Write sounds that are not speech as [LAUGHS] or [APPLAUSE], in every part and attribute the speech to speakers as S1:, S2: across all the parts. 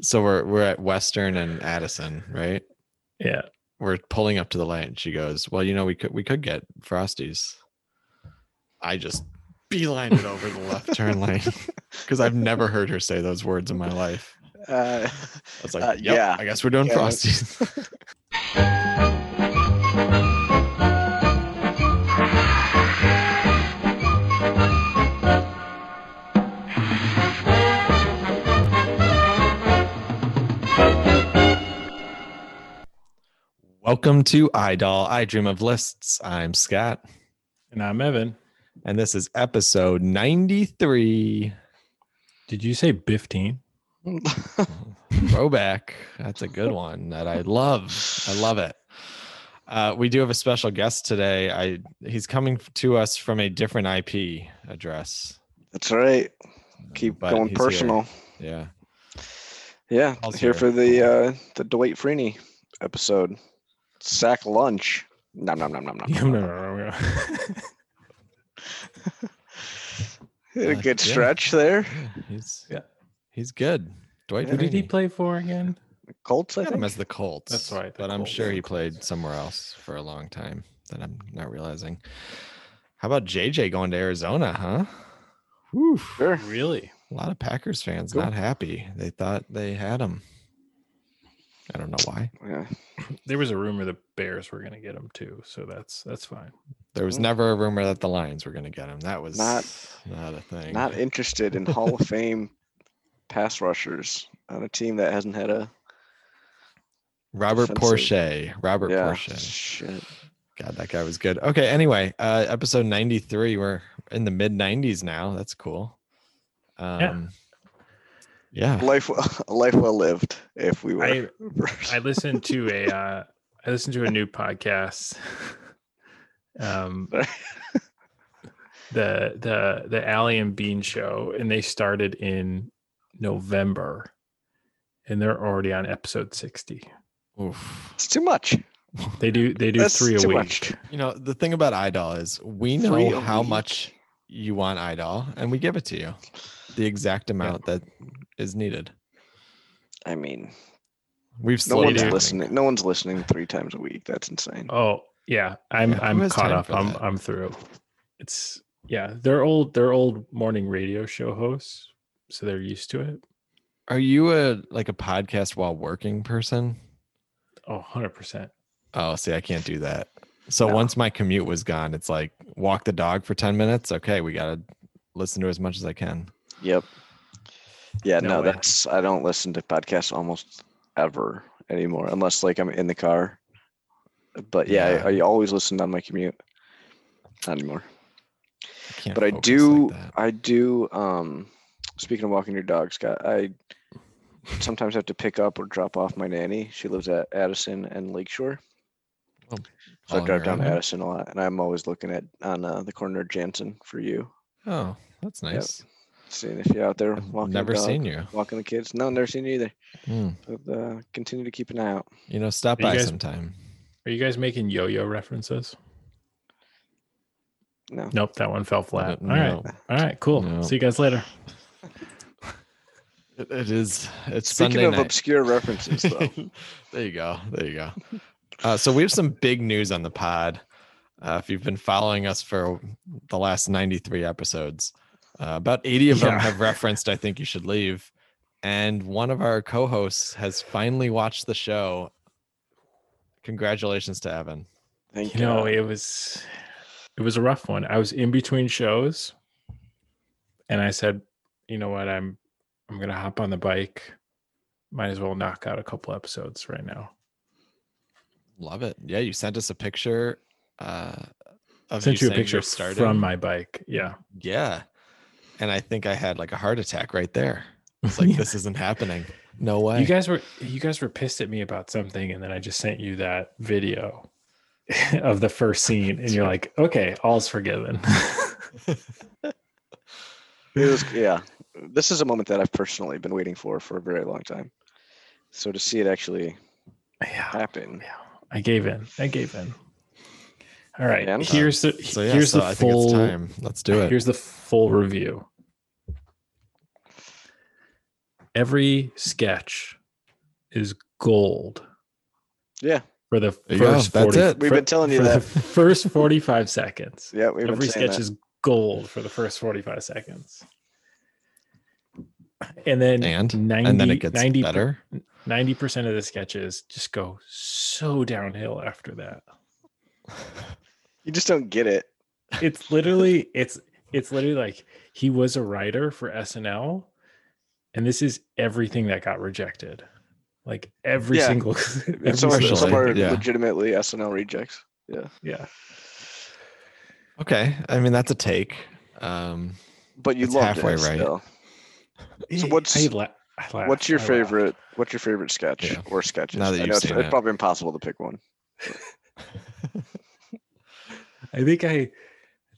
S1: so we're we're at Western and Addison, right?
S2: Yeah.
S1: We're pulling up to the light, and she goes, "Well, you know, we could we could get Frosties." I just beelined it over the left turn lane [LAUGHS] because I've never heard her say those words in my life.
S3: Uh,
S1: I was like,
S3: Uh,
S1: yep,
S3: yeah.
S1: I guess we're doing
S3: Yeah.
S1: Frosties." Welcome to iDoll. I dream of lists. I'm Scott,
S2: And I'm Evan.
S1: and this is episode 93.
S2: Did you say 15?
S1: Throwback. That's a good one that I love. I love it. Uh, we do have a special guest today. I he's coming to us from a different IP address.
S3: [LAUGHS] that's right. Keep
S1: Uh, But
S3: going
S1: he's here.
S3: personal.
S1: Yeah.
S3: Yeah,
S1: Paul's
S3: here
S1: here.
S3: for the uh, the Dwight Freeney episode. Sack lunch. Nom nom nom nom
S1: [LAUGHS]
S2: [LAUGHS]
S3: nom. [LAUGHS]
S2: No, no, no, no,
S3: A
S1: Uh,
S3: good
S1: yeah.
S3: stretch there.
S1: yeah he's yeah.
S2: Yeah.
S1: He's good. Dwight.
S2: Who did he
S1: Freeney.
S2: play for again?
S3: Colts, I
S1: Got him
S3: think.
S1: as the Colts.
S2: That's right, the
S1: But I'm
S2: Colts.
S1: sure he played somewhere else for a long time that I'm not realizing. How about JJ going to Arizona, huh? Whew.
S3: Sure.
S2: Really?
S1: A lot of Packers fans
S2: Cool.
S1: not happy. They thought they had him. I don't know why.
S3: Yeah.
S2: There was a rumor the Bears were going to get him too, so that's that's fine.
S1: There was
S3: Mm.
S1: never a rumor that the Lions were going to get him. That was not,
S3: Not-
S1: not a thing.
S3: Not interested in Hall
S1: [LAUGHS]
S3: of Fame pass rushers on a team that hasn't had a
S1: Robert Porsche. Robert
S3: yeah.
S1: Porsche.
S3: Shit.
S1: God, that guy was good. Okay. Anyway, uh, episode 93. We're in the mid 90s now. That's cool. Um, yeah.
S3: Life [LAUGHS] well, a life well lived if we were [LAUGHS]
S2: I I listened to a uh, I listened to a new podcast. Um,
S3: Sorry.
S2: the the the Allie and Bean show, and they started in November, and they're already on episode sixty.
S1: Oof.
S3: it's too much.
S2: They do they do
S3: That's
S2: three a
S3: too
S2: week.
S3: much.
S1: You know, the thing about IDOL is we
S3: Three
S1: know
S3: a
S1: how
S3: week?
S1: much you want IDOL and we give it to you the exact amount that is needed.
S3: I mean,
S1: We've
S3: no
S1: slowed
S3: one's
S1: down.
S3: listening. No one's listening three times a week. That's insane.
S2: Oh yeah, I'm
S1: Yeah, who
S2: I'm
S1: has
S2: caught
S1: time
S2: up.
S1: for
S2: I'm
S1: that?
S2: I'm through. It's yeah, they're old. They're old morning radio show hosts, so they're used to it.
S1: Are you a like a podcast while working person?
S2: Oh, 100 percent.
S1: Oh, see, I can't do that. So
S2: No.
S1: once my commute was gone, it's like walk the dog for 10 minutes. Okay, we got to listen to as much as I can.
S3: Yep. Yeah,
S2: No
S3: no,
S2: way.
S3: that's I don't listen to podcasts almost ever anymore, unless like I'm in the car. But yeah, I, I always listen on my commute. Not anymore.
S1: I can't
S3: But I
S1: focus
S3: do
S1: like that.
S3: I do um speaking of walking your dog, Scott, I sometimes have to pick up or drop off my nanny. She lives at Addison and Lakeshore. So I
S1: Following
S3: drive
S1: her
S3: down to
S1: around.
S3: Addison a lot and I'm always looking at on uh, the corner of Jansen for you.
S1: Oh, that's nice.
S3: Seeing if you're out there
S1: I've
S3: walking
S1: never
S3: the dog,
S1: seen you.
S3: walking the kids. No, never seen you either.
S1: Hmm.
S3: But uh, continue to keep an eye out.
S1: You know, stop
S2: Are you
S1: by
S2: guys-
S1: sometime.
S2: Are you guys making yo-yo references?
S3: No.
S2: Nope, that one fell flat.
S1: No,
S2: All right, all right, cool.
S1: No.
S2: See you guys later.
S1: It, it is. It's
S3: Speaking
S1: Sunday
S3: of
S1: night.
S3: obscure
S1: [LAUGHS]
S3: references, though,
S2: [LAUGHS]
S1: there you go. There you go. Uh, so we have some big news on the pod. Uh, if you've been following us for the last 93 episodes, uh, about 80 of them
S2: Yeah.
S1: have referenced I Think You Should Leave. And one of our co hosts has finally watched the show. Congratulations to Evan.
S3: thank
S2: You know,
S3: God.
S2: it was it was a rough one. I was in between shows and I said, you know what, I'm I'm gonna hop on the bike. Might as well knock out a couple episodes right now.
S1: Love it. Yeah, you sent us a picture. Uh,
S2: I
S1: of
S2: sent you a
S1: saying
S2: picture
S1: you're starting.
S2: from my bike. Yeah.
S1: Yeah. And I think I had like a heart attack right there. [LAUGHS] It's like,
S2: [LAUGHS] Yeah.
S1: this isn't happening. No way.
S2: You guys were you guys were pissed at me about something, and then I just sent you that video [LAUGHS] of the first scene, and you're like, okay, all's forgiven. [LAUGHS]
S3: It was- yeah. This is a moment that I've personally been waiting for for a very long time. So to see it actually
S2: yeah,
S1: Oh,
S3: happen,
S2: yeah, I gave in. I gave in. All right,
S3: And, um,
S2: here's the
S1: so yeah,
S2: here's
S1: so
S2: the
S1: I think
S2: full
S1: it's time. Let's do it.
S2: here's the full review. every sketch is gold
S3: Yeah.
S2: for the
S1: There you go.
S2: first
S1: That's
S2: 40
S1: it.
S2: for-
S3: We've been telling you
S2: for
S3: that.
S2: the first 45
S1: [LAUGHS]
S2: seconds.
S3: Yeah, we've
S2: every
S3: been saying
S2: sketch
S3: that.
S2: is gold for the first 45 seconds. And then
S1: And-
S2: 90,
S1: and then it gets
S2: 90
S1: better.
S2: [LAUGHS] 90% of the sketches just go so downhill after that.
S3: You just don't get it.
S1: [LAUGHS]
S2: It's literally it's it's literally like he was a writer for SNL and this is everything that got rejected. Like every
S3: Yeah.
S2: single every
S3: Some are,
S1: single
S3: some
S1: day,
S2: thing.
S3: are
S1: yeah.
S3: legitimately SNL rejects. Yeah.
S2: yeah.
S1: Okay, I mean that's a take. Um,
S3: But you
S1: It's
S3: loved
S1: halfway
S3: it
S1: right.
S3: still. So
S2: I-
S3: what's-
S2: I la- I laugh-
S3: What's your
S2: I laugh.
S3: favorite? What's your favorite sketch
S1: Yeah.
S3: or sketches?
S1: Now that
S3: I
S1: you've
S3: know it's,
S1: seen
S3: it's
S1: it.
S3: probably impossible to pick one.
S2: I think I I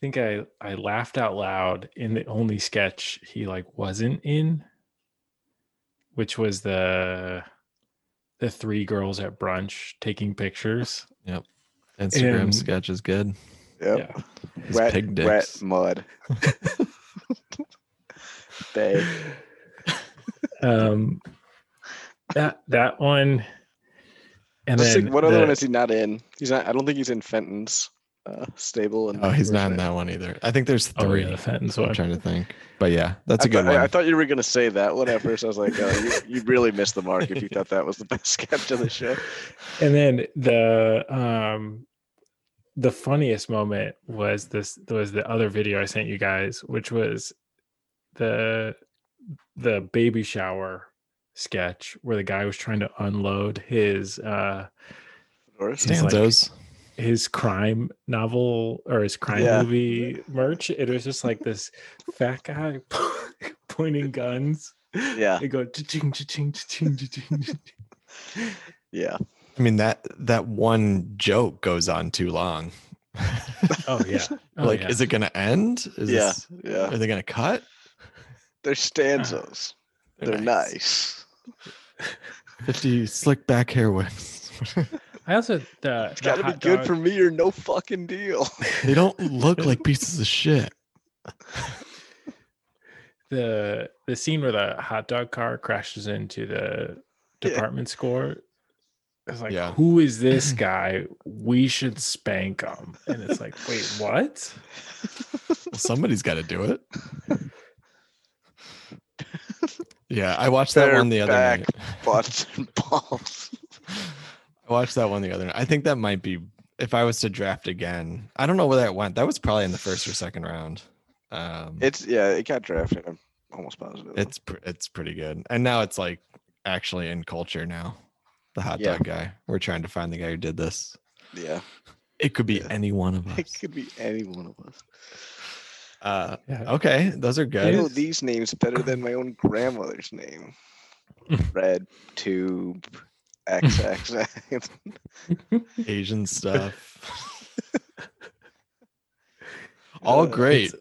S2: think I I laughed out loud in the only sketch he like wasn't in which was the the three girls at brunch taking pictures.
S1: Instagram
S2: And-
S1: sketch is good.
S3: Yep.
S2: Yeah.
S1: His
S3: wet,
S1: pig
S3: wet
S1: dicks. [LAUGHS]
S3: mud. they.
S2: Um that that one and
S3: Let's
S2: then
S3: see, what other one
S2: the-
S3: is he not in? He's not. I don't think he's in Fenton's uh, stable. And
S1: Oh, he's not in that one either. I think there's
S2: oh,
S1: three.
S2: yeah, the Fenton's
S1: I'm
S2: one.
S1: trying to think, but yeah, that's
S3: I
S1: a good
S3: thought- I, I
S1: one.
S3: thought you were gonna say that one at first. I was like, oh, you, you really missed the mark if you thought that was the best sketch of the show.
S2: and then the um the funniest moment was this was the other video i sent you guys which was the the baby shower sketch where the guy was trying to unload his uh
S3: Doris?
S2: he's like-
S1: Stanzos.
S2: his crime novel or his crime
S3: Yeah.
S2: movie merch it was just like this fat guy [LAUGHS] pointing guns
S3: Yeah,
S2: they go ching ching ching ching
S3: yeah.
S1: I mean that that one joke goes on too long.
S2: oh
S3: [LAUGHS]
S2: yeah oh,
S1: like,
S2: yeah.
S1: is it gonna end? Is
S3: Yeah.
S1: this-
S3: Yeah,
S1: are they gonna cut?
S3: they're stanzas. They're nice.
S1: Fifty slick back hair whips.
S2: i also the,
S3: It's
S2: the
S3: got to be
S2: hot
S3: good
S2: dog-
S3: for me or no fucking deal.
S1: [LAUGHS] they don't look like pieces of shit.
S2: the the scene where the hot dog car crashes into the
S3: Yeah.
S2: department store it's like
S1: Yeah.
S2: who is this guy we should spank him and it's like wait what
S1: Well, somebody's got to do
S3: [LAUGHS]
S1: it. Yeah, I watched that
S3: They're
S1: one the other
S3: back.
S1: night.
S3: Butts and balls.
S1: I watched that one the other night. I think that might be if I was to draft again. I don't know where that went. That was probably in the first or second round. Um,
S3: It's yeah. It got drafted. I'm almost positive.
S1: it's pr- it's pretty good. And now it's like actually in culture now. The hot
S3: Yeah.
S1: dog guy. We're trying to find the guy who did this.
S3: yeah.
S1: It could be
S3: Yeah.
S1: any one of
S3: [LAUGHS] It
S1: us.
S3: could be any one of us.
S1: Uh,
S2: yeah
S1: okay, those are
S3: I
S1: good.
S3: know these names better than my own grandmother's [LAUGHS] name. Red tube [LAUGHS] XX. [LAUGHS]
S1: Asian stuff. All
S3: Uh,
S1: great.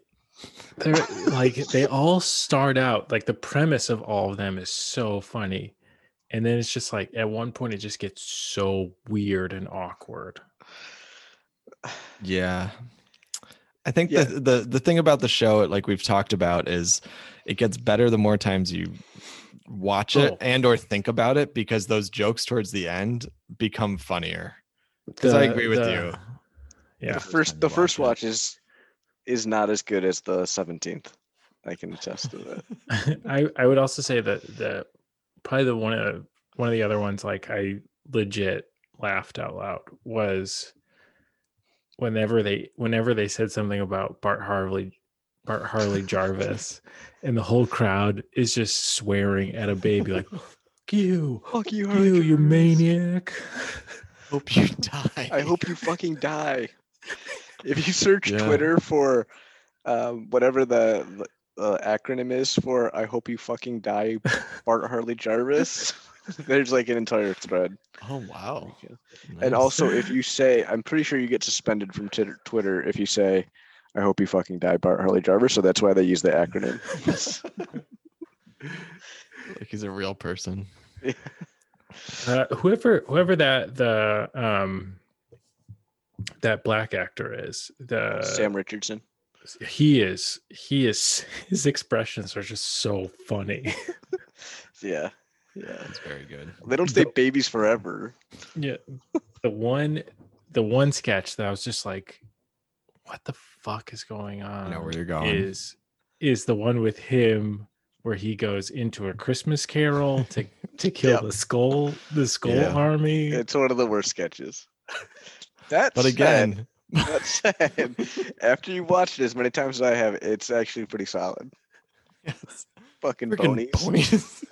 S2: they're like they all start out like the premise of all of them is so funny and then it's just like at one point it just gets so weird and awkward
S1: Yeah. I think
S3: Yeah.
S1: the, the the thing about the show, like we've talked about, is it gets better the more times you watch it
S2: Oh.
S1: and or think about it because those jokes towards the end become funnier. Because I
S2: The-
S1: agree with
S2: the-
S1: you.
S2: yeah
S3: the
S1: First time
S3: first, the
S1: you
S3: first
S1: watch
S3: watch is is not as good as the seventeenth. I can attest to that.
S2: [LAUGHS] I I would also say that the probably the one of one of the other ones like I legit laughed out loud was whenever they whenever they said something about Bart Harley Bart Harley Jarvis and the whole crowd is just swearing at a baby like "Fuck you
S3: Fuck you,
S2: fuck you you maniac
S1: [LAUGHS] Hope you die.
S3: I hope you fucking die. If you search
S1: Yeah.
S3: Twitter for um, whatever the, the uh, acronym is for "I hope you fucking
S1: [LAUGHS]
S3: die," Bart Harley Jarvis, there's like an entire thread.
S1: Oh wow. Nice.
S3: And also, if you say, I'm pretty sure you get suspended from Twitter Twitter if you say, "I hope you fucking die, Bart Harley Jarvis." So that's why they use the acronym.
S1: like he's a real person.
S2: uh, whoever whoever that the um that black actor is the
S3: [LAUGHS] Sam Richardson.
S2: [LAUGHS] he is he is his expressions are just so funny
S3: Yeah. Yeah.
S1: It's very good.
S3: They don't stay babies forever.
S2: Yeah. The one the one sketch that I was just like, what the fuck is going
S1: I
S2: on?
S3: Um,
S1: know where you're going.
S2: is is the one with him where he goes into a Christmas carol to to [LAUGHS] kill
S3: Yep.
S2: the skull the skull
S1: Yeah.
S2: army.
S3: It's one of the worst sketches. That's
S1: but again, [LAUGHS]
S3: That said, after you watch it as many times as I have, it's actually pretty solid.
S1: yes,
S3: Fucking
S1: freaking
S3: bonies. [LAUGHS]
S1: ponies.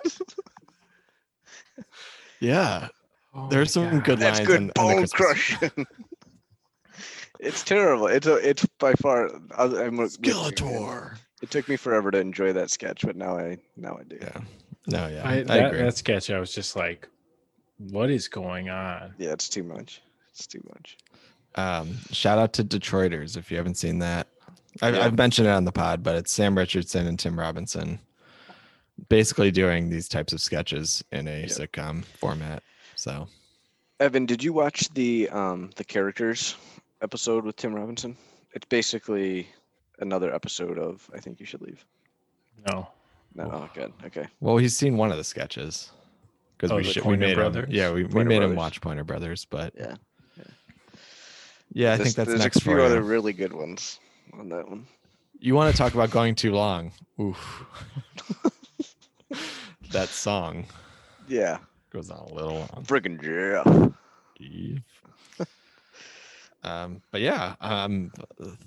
S1: yeah,
S2: Oh
S1: there's
S2: my
S1: some good
S3: That's
S1: lines
S3: good
S1: in- in the
S3: bone
S1: Christmas-
S3: crushing. it's terrible. It's a, it's by far. I, I'm a-
S1: Skeletor.
S3: It took me forever to enjoy that sketch, but now I now I do. Yeah,
S1: Yeah. No, yeah, I,
S2: I, that,
S1: agree.
S2: that sketch I was just like, what is going on?
S3: it's too much. It's too much.
S1: Um, shout out to Detroiters if you haven't seen that. I've,
S3: Yeah.
S1: I've mentioned it on the pod, but it's Sam Richardson and Tim Robinson basically doing these types of sketches in a
S3: Yeah.
S1: sitcom format. So
S3: Evan, did you watch the um the characters episode with Tim Robinson? It's basically another episode of I think you should leave.
S2: No.
S3: No,
S1: Oh.
S3: oh, good. Okay.
S1: Well, he's seen one of the sketches because
S2: Oh,
S1: we,
S2: the
S1: should, we
S2: Pointer
S1: made
S2: Brothers?
S1: him. Yeah, we, we
S3: Pointer
S1: made him
S3: Brothers.
S1: watch Pointer Brothers, but
S3: Yeah.
S1: yeah, I
S3: There's-
S1: think that's
S3: there's
S1: next
S3: a few
S1: for you.
S3: other really good ones on that one.
S1: You want to talk about going too long? Oof, [LAUGHS] that song
S3: Yeah,
S1: goes on a little long.
S3: friggin' yeah.
S1: Steve. [LAUGHS] Um, but yeah, I'm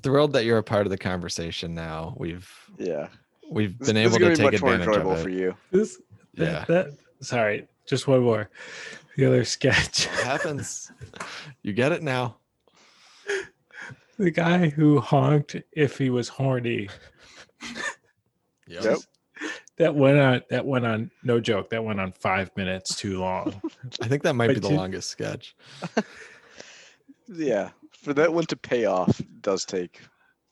S1: thrilled that you're a part of the conversation now. We've
S3: Yeah,
S1: we've
S3: This-
S1: been
S3: this is
S1: able
S3: gonna
S1: to
S3: be
S1: take
S3: much more
S1: advantage
S3: enjoyable
S1: of
S3: for
S1: it.
S3: you.
S2: This that,
S1: Yeah.
S2: that sorry, just one more. The other [LAUGHS] sketch.
S1: It happens. You get it now.
S2: The guy who honked if he was horny.
S3: Yep.
S2: That went on that went on no joke. That went on five minutes too long.
S1: I think that might be
S2: But
S1: the
S2: you-
S1: longest sketch.
S3: Oh Yeah, for that one to pay off does take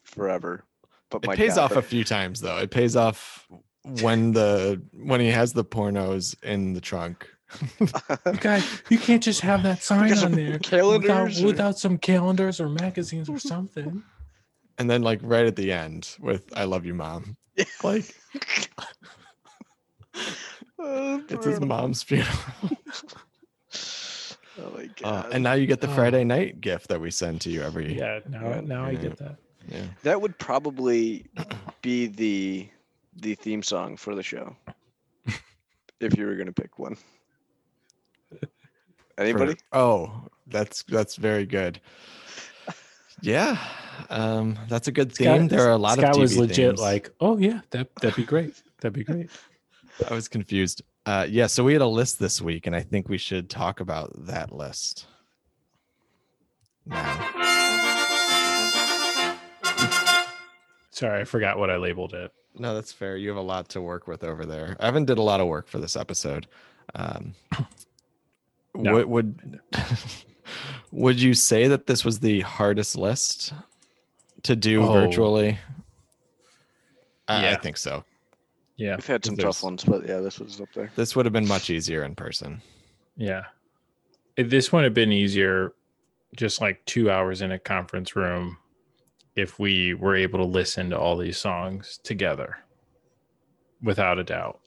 S3: forever. But
S1: It
S3: my
S1: pays
S3: God,
S1: off a few times though. It pays off when the when he has the pornos in the trunk.
S2: You guys, you can't just
S3: [LAUGHS]
S2: have that sign
S3: Because
S2: on
S3: of
S2: there without,
S3: calendars or-
S2: without some calendars or magazines or something.
S1: And then like right at the end with I love you
S3: [LAUGHS]
S1: mom.
S3: Yeah.
S1: Like
S3: Oh,
S1: it's his
S3: brutal.
S1: mom's
S3: [LAUGHS]
S1: funeral.
S3: Oh my
S1: Uh,
S3: God.
S1: and now you get the
S2: Oh.
S1: Friday night gift that we send to you every
S2: Yeah, now
S3: Yeah.
S2: now I get that.
S1: yeah.
S3: that would probably
S1: [COUGHS]
S3: be the the theme song for
S1: [LAUGHS]
S3: the show. if you were gonna pick one.
S1: for-
S3: Anybody?
S1: oh, that's that's very good. Yeah, um, that's a good theme. there are a lot of
S2: Scott
S1: TV
S2: was legit
S1: themes.
S2: like, oh yeah, that that'd be great. That'd be great.
S1: I was confused. Uh, yeah, so we had a list this week, and I think we should talk about that list. Now,
S2: [LAUGHS] Sorry, I forgot what I labeled it.
S1: no, that's fair. You have a lot to work with over there. Evan did a lot of work for this episode. Um,
S2: [LAUGHS] No.
S1: What would would you say that this was the hardest list to do
S2: Oh.
S1: virtually? I, I
S2: Yeah.
S1: think so.
S2: Yeah,
S3: We've had some
S1: there's-
S3: tough ones, but yeah, this was up there.
S1: This would have been much easier in person.
S2: yeah. If this one had been easier, just like two hours in a conference room, if we were able to listen to all these songs together, without a doubt.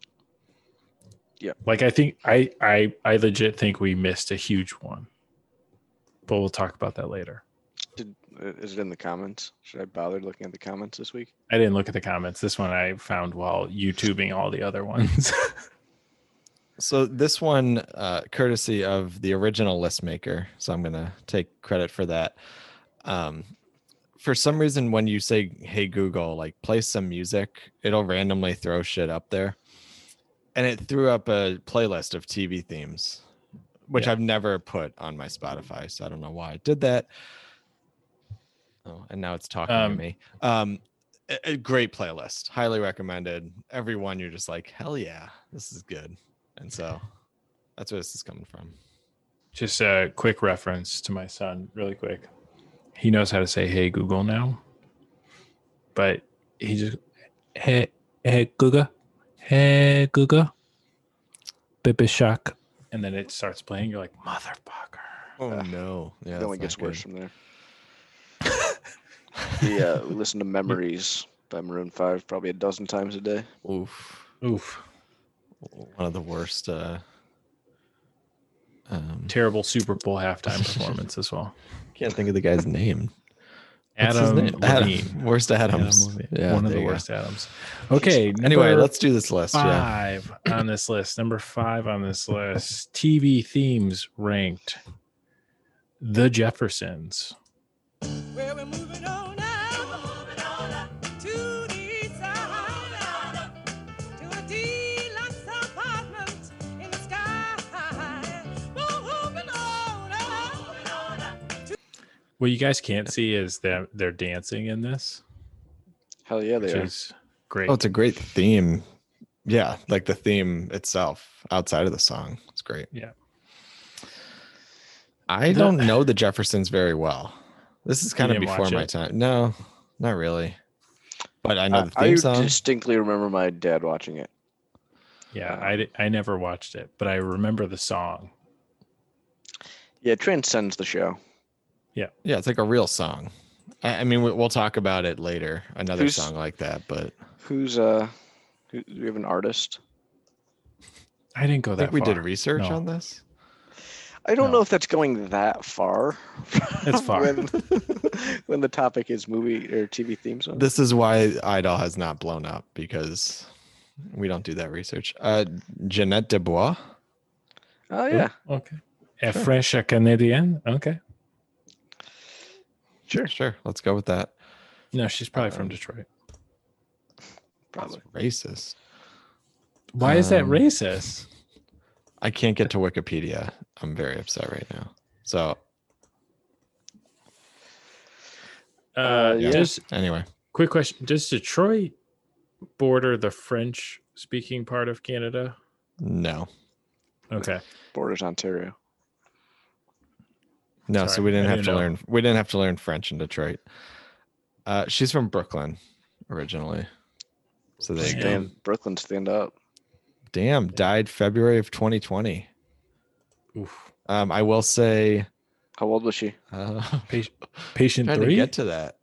S3: Yep.
S2: Like I think I I I legit think we missed a huge one, but we'll talk about that later.
S3: Did, uh, is it in the comments? Should I bother looking at the comments this week?
S2: I didn't look at the comments. This one I found while YouTubing all the other ones.
S1: So this one, uh, courtesy of the original list maker, so I'm gonna take credit for that. Um, for some reason, when you say "Hey Google," like play some music, it'll randomly throw shit up there, and it threw up a playlist of TV themes, which
S2: Yeah.
S1: I've never put on my Spotify, so I don't know why it did that. Oh, and now it's talking to
S2: Um,
S1: me. Um, a, a great playlist, highly recommended. Everyone, you're just like, hell yeah, this is good, and so that's where this is coming from.
S2: Just a quick reference to my son, really quick. He knows how to say "Hey Google" now, but he just "Hey Hey Google, Hey Google, Baby Shark," and then it starts playing. You're like, "Motherfucker!"
S1: Oh
S3: Uh,
S1: no! Yeah,
S3: it only
S1: that's
S3: gets
S1: not good.
S3: worse from
S1: [LAUGHS]
S3: there. yeah, we listen to Memories by Maroon 5 probably a dozen times a day.
S1: Oof.
S2: Oof.
S1: one of the worst. Uh, um,
S2: Terrible Super Bowl halftime performance as well.
S1: can't think of the guy's name. What's his
S2: Adam
S1: name? Adam.
S2: Levine.
S1: Worst Adams.
S2: Adam Levine.
S1: Yeah,
S2: one of
S1: there
S2: the
S1: you go.
S2: worst Adams. Okay.
S1: Anyway,
S2: number
S1: let's do this list. Yeah.
S2: five on this list. Number five on this list. TV themes ranked. The Jeffersons.
S4: Well, we're moving on now to the east side, to a deluxe apartment in the sky. We're moving on up.
S2: What you guys can't see is that they're dancing in this,
S3: Hell yeah,
S2: which
S3: they are.
S2: is great.
S1: Oh, it's a great theme. Yeah, like the theme itself outside of the song. It's great.
S2: Yeah.
S1: I
S2: The-
S1: don't know the Jeffersons very well. This is kind of
S2: didn't
S1: before
S2: watch
S1: my
S2: it?
S1: time. No, not really. But I know
S3: I,
S1: the
S3: I
S1: theme song.
S3: distinctly remember my dad watching it.
S2: yeah, I, di- I never watched it, but I remember the song.
S3: Yeah, it transcends the show.
S1: Yeah, it's like a real song. I, I mean, we, we'll talk about it later. Another
S3: Who's-
S1: song like that, but
S3: Who's uh, who, do we have an artist?
S2: I didn't go
S1: I
S2: that
S1: think we did
S2: far.
S1: research
S2: No.
S1: on this.
S3: I don't
S2: No.
S3: know if that's going that far. [LAUGHS]
S2: It's far.
S3: when, [LAUGHS] when the topic is movie or TV theme song.
S1: This is why Idol has not blown up because we don't do that research. Uh, Jeanette Dubois.
S3: oh yeah,
S2: Oh, okay. A fresh Canadian. Okay.
S3: sure,
S1: Sure, let's go with that.
S2: No, she's probably from
S1: Um,
S2: Detroit.
S3: probably.
S1: That's racist.
S2: Why is that
S1: um,
S2: racist?
S1: I can't get to Wikipedia. I'm very upset right now. So
S2: Uh,
S3: uh, yeah.
S2: Does
S1: anyway,
S2: quick question? Does Detroit border the French speaking part of Canada?
S1: no,
S2: Okay.
S3: Borders Ontario.
S1: no. So
S2: Sorry,
S1: we didn't
S2: I
S1: have
S2: didn't
S1: to
S2: know.
S1: learn. We didn't have to learn French in Detroit. Uh, she's from Brooklyn originally. So there you go.
S2: Damn.
S3: Stand, Brooklyn, stand up.
S1: Damn, died February of 2020.
S2: Oof.
S1: Um, I will say,
S3: How old was [LAUGHS] she?
S2: [LAUGHS]
S1: uh,
S2: Pa- patient
S1: trying to
S2: three.
S1: get to that.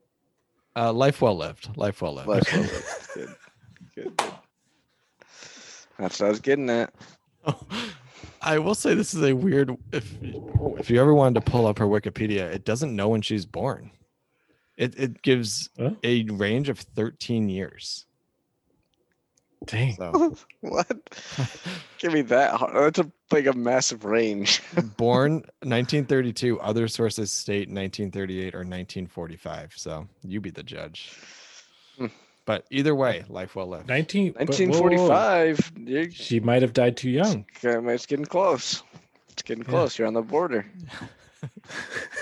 S1: Uh, life well lived. Life well lived.
S3: Life well lived. Good. Good. Good. That's what I was getting at.
S1: [LAUGHS] I will say this is a weird. If if you ever wanted to pull up her Wikipedia, it doesn't know when she's born. It it gives
S2: Oh.
S1: a range of 13 years.
S2: Dang.
S1: So
S3: What? [LAUGHS] Give me that. hard- That's a, like a massive range.
S1: born 1932. Other sources state 1938 or 1945. So you be the judge.
S3: Hmm.
S1: But either way, life well lived.
S2: 19, but whoa, whoa, whoa.
S3: 1945. You're
S2: She might have died too [LAUGHS] young.
S3: kinda- it's getting close. It's getting
S1: Yeah.
S3: close. You're on the [LAUGHS] border.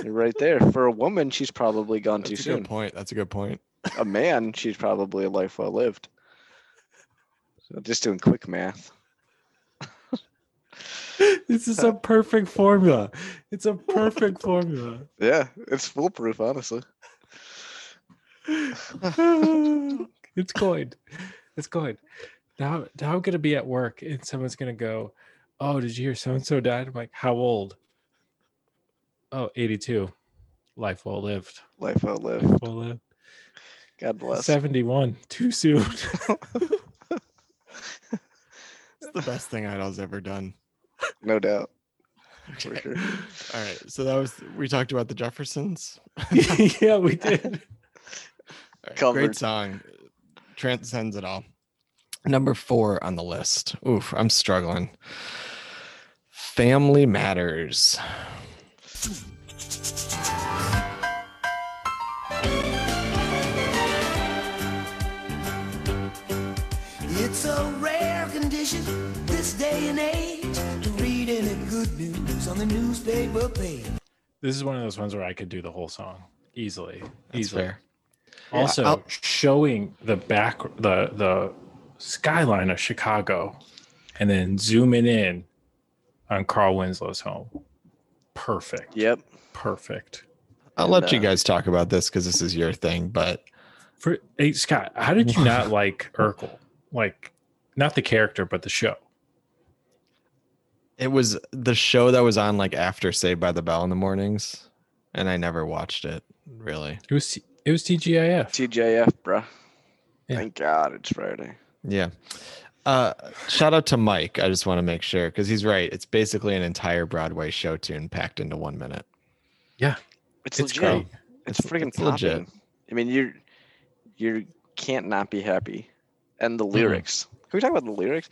S3: You're right there. For a woman, she's probably gone
S1: That's
S3: too
S1: a
S3: soon.
S1: good point. That's a good point.
S3: A man, she's probably a life well lived. So just doing quick math.
S2: This is a perfect formula. It's a [LAUGHS] perfect formula.
S3: Yeah, it's foolproof, honestly.
S2: it's coined. It's coined. Now, now I'm gonna be at work and someone's gonna go, "Oh, did you hear so and so died?" I'm like, "How old?" Oh, 82. Life well lived.
S3: Life well lived.
S2: Well lived.
S3: God bless.
S2: 71. Too [LAUGHS] soon.
S1: It's the best thing Idol's ever done.
S3: No doubt. [LAUGHS] For
S1: Okay.
S3: sure.
S1: All right. So that was we talked about the Jeffersons.
S2: yeah, we did.
S1: All right,
S3: Covered.
S1: Great song. Transcends it all. Number four on the list. Oof, I'm struggling. Family Matters.
S5: It's a rare condition this day and age to read any good news on the newspaper page.
S2: This is one of those ones where I could do the whole song easily.
S1: That's
S2: easily.
S1: fair.
S2: also
S1: I'll-
S2: showing the back the the skyline of chicago and then zooming in on carl winslow's home perfect
S3: Yep.
S2: perfect
S1: I'll let you
S3: uh,
S1: guys talk about this because this is your thing, but
S2: for hey scott how did [LAUGHS] you not like urkel like not the character but the show
S1: it was the show that was on like after Saved by the Bell in the mornings, and I never watched it really.
S2: it was it was tgif
S3: TJF, bruh.
S2: Yeah.
S3: Thank God it's Friday.
S1: Yeah. Uh, shout out to Mike. I just want to make sure because he's right. It's basically an entire Broadway show tune packed into one minute.
S3: It's,
S2: It's
S3: legit.
S2: great.
S3: It's,
S1: It's-
S3: freaking
S1: it's legit.
S3: popping. I mean, you you can't not be happy, and the
S2: Mhm.
S3: lyrics. Can we talk about the lyrics?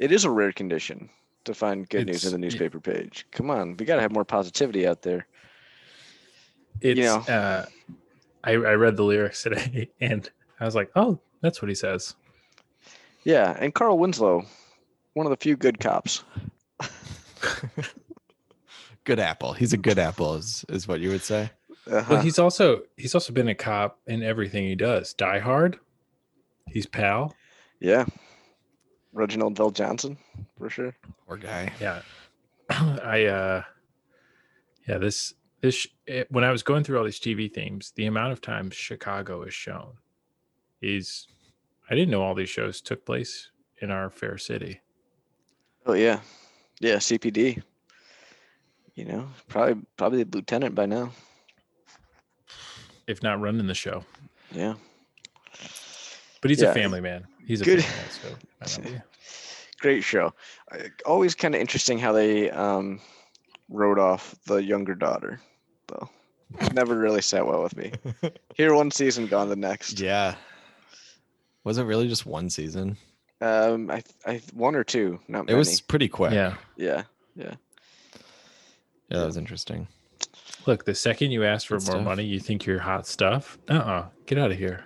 S3: It is a rare condition to find good news
S2: It's-
S3: in the
S2: y-
S3: newspaper page. Come on, we gotta have more positivity out there.
S2: It's
S3: know.
S2: uh I, I read the lyrics today [LAUGHS] and I was like, oh, that's what he says.
S3: Yeah, and Carl Winslow, one of the few good cops.
S1: Good apple. He's a good apple, is, is what you would say.
S3: Uh-huh.
S2: Well, he's also he's also been a cop in everything he does. Die Hard, he's pal.
S3: yeah, Reginald Bell Johnson for sure.
S1: Poor guy.
S2: Yeah, [CLEARS THROAT] I uh, yeah this this sh- it, when I was going through all these TV themes, the amount of times Chicago is shown is I didn't know all these shows took place in our fair city.
S3: Oh yeah, yeah, CPD. You know, probably probably the lieutenant by now.
S2: If not running the show,
S3: Yeah.
S2: but he's
S3: Yeah.
S2: a family man. He's a
S3: Good.
S2: family man, so it might not
S3: [LAUGHS]
S2: be.
S3: great show. Uh, Always kind of interesting how they um, wrote off the younger daughter, though. Never really sat well
S1: [LAUGHS]
S3: with me. Here one season, gone the next.
S1: Yeah. Was it really just one season?
S3: Um, I, th- I th- one or two, not
S1: It
S3: many.
S1: was pretty quick.
S2: yeah.
S3: Yeah,
S1: Yeah, that was interesting.
S2: Look, the second you ask for
S1: Good
S2: more
S1: stuff.
S2: money, you think you're hot stuff. Uh uh get out of here.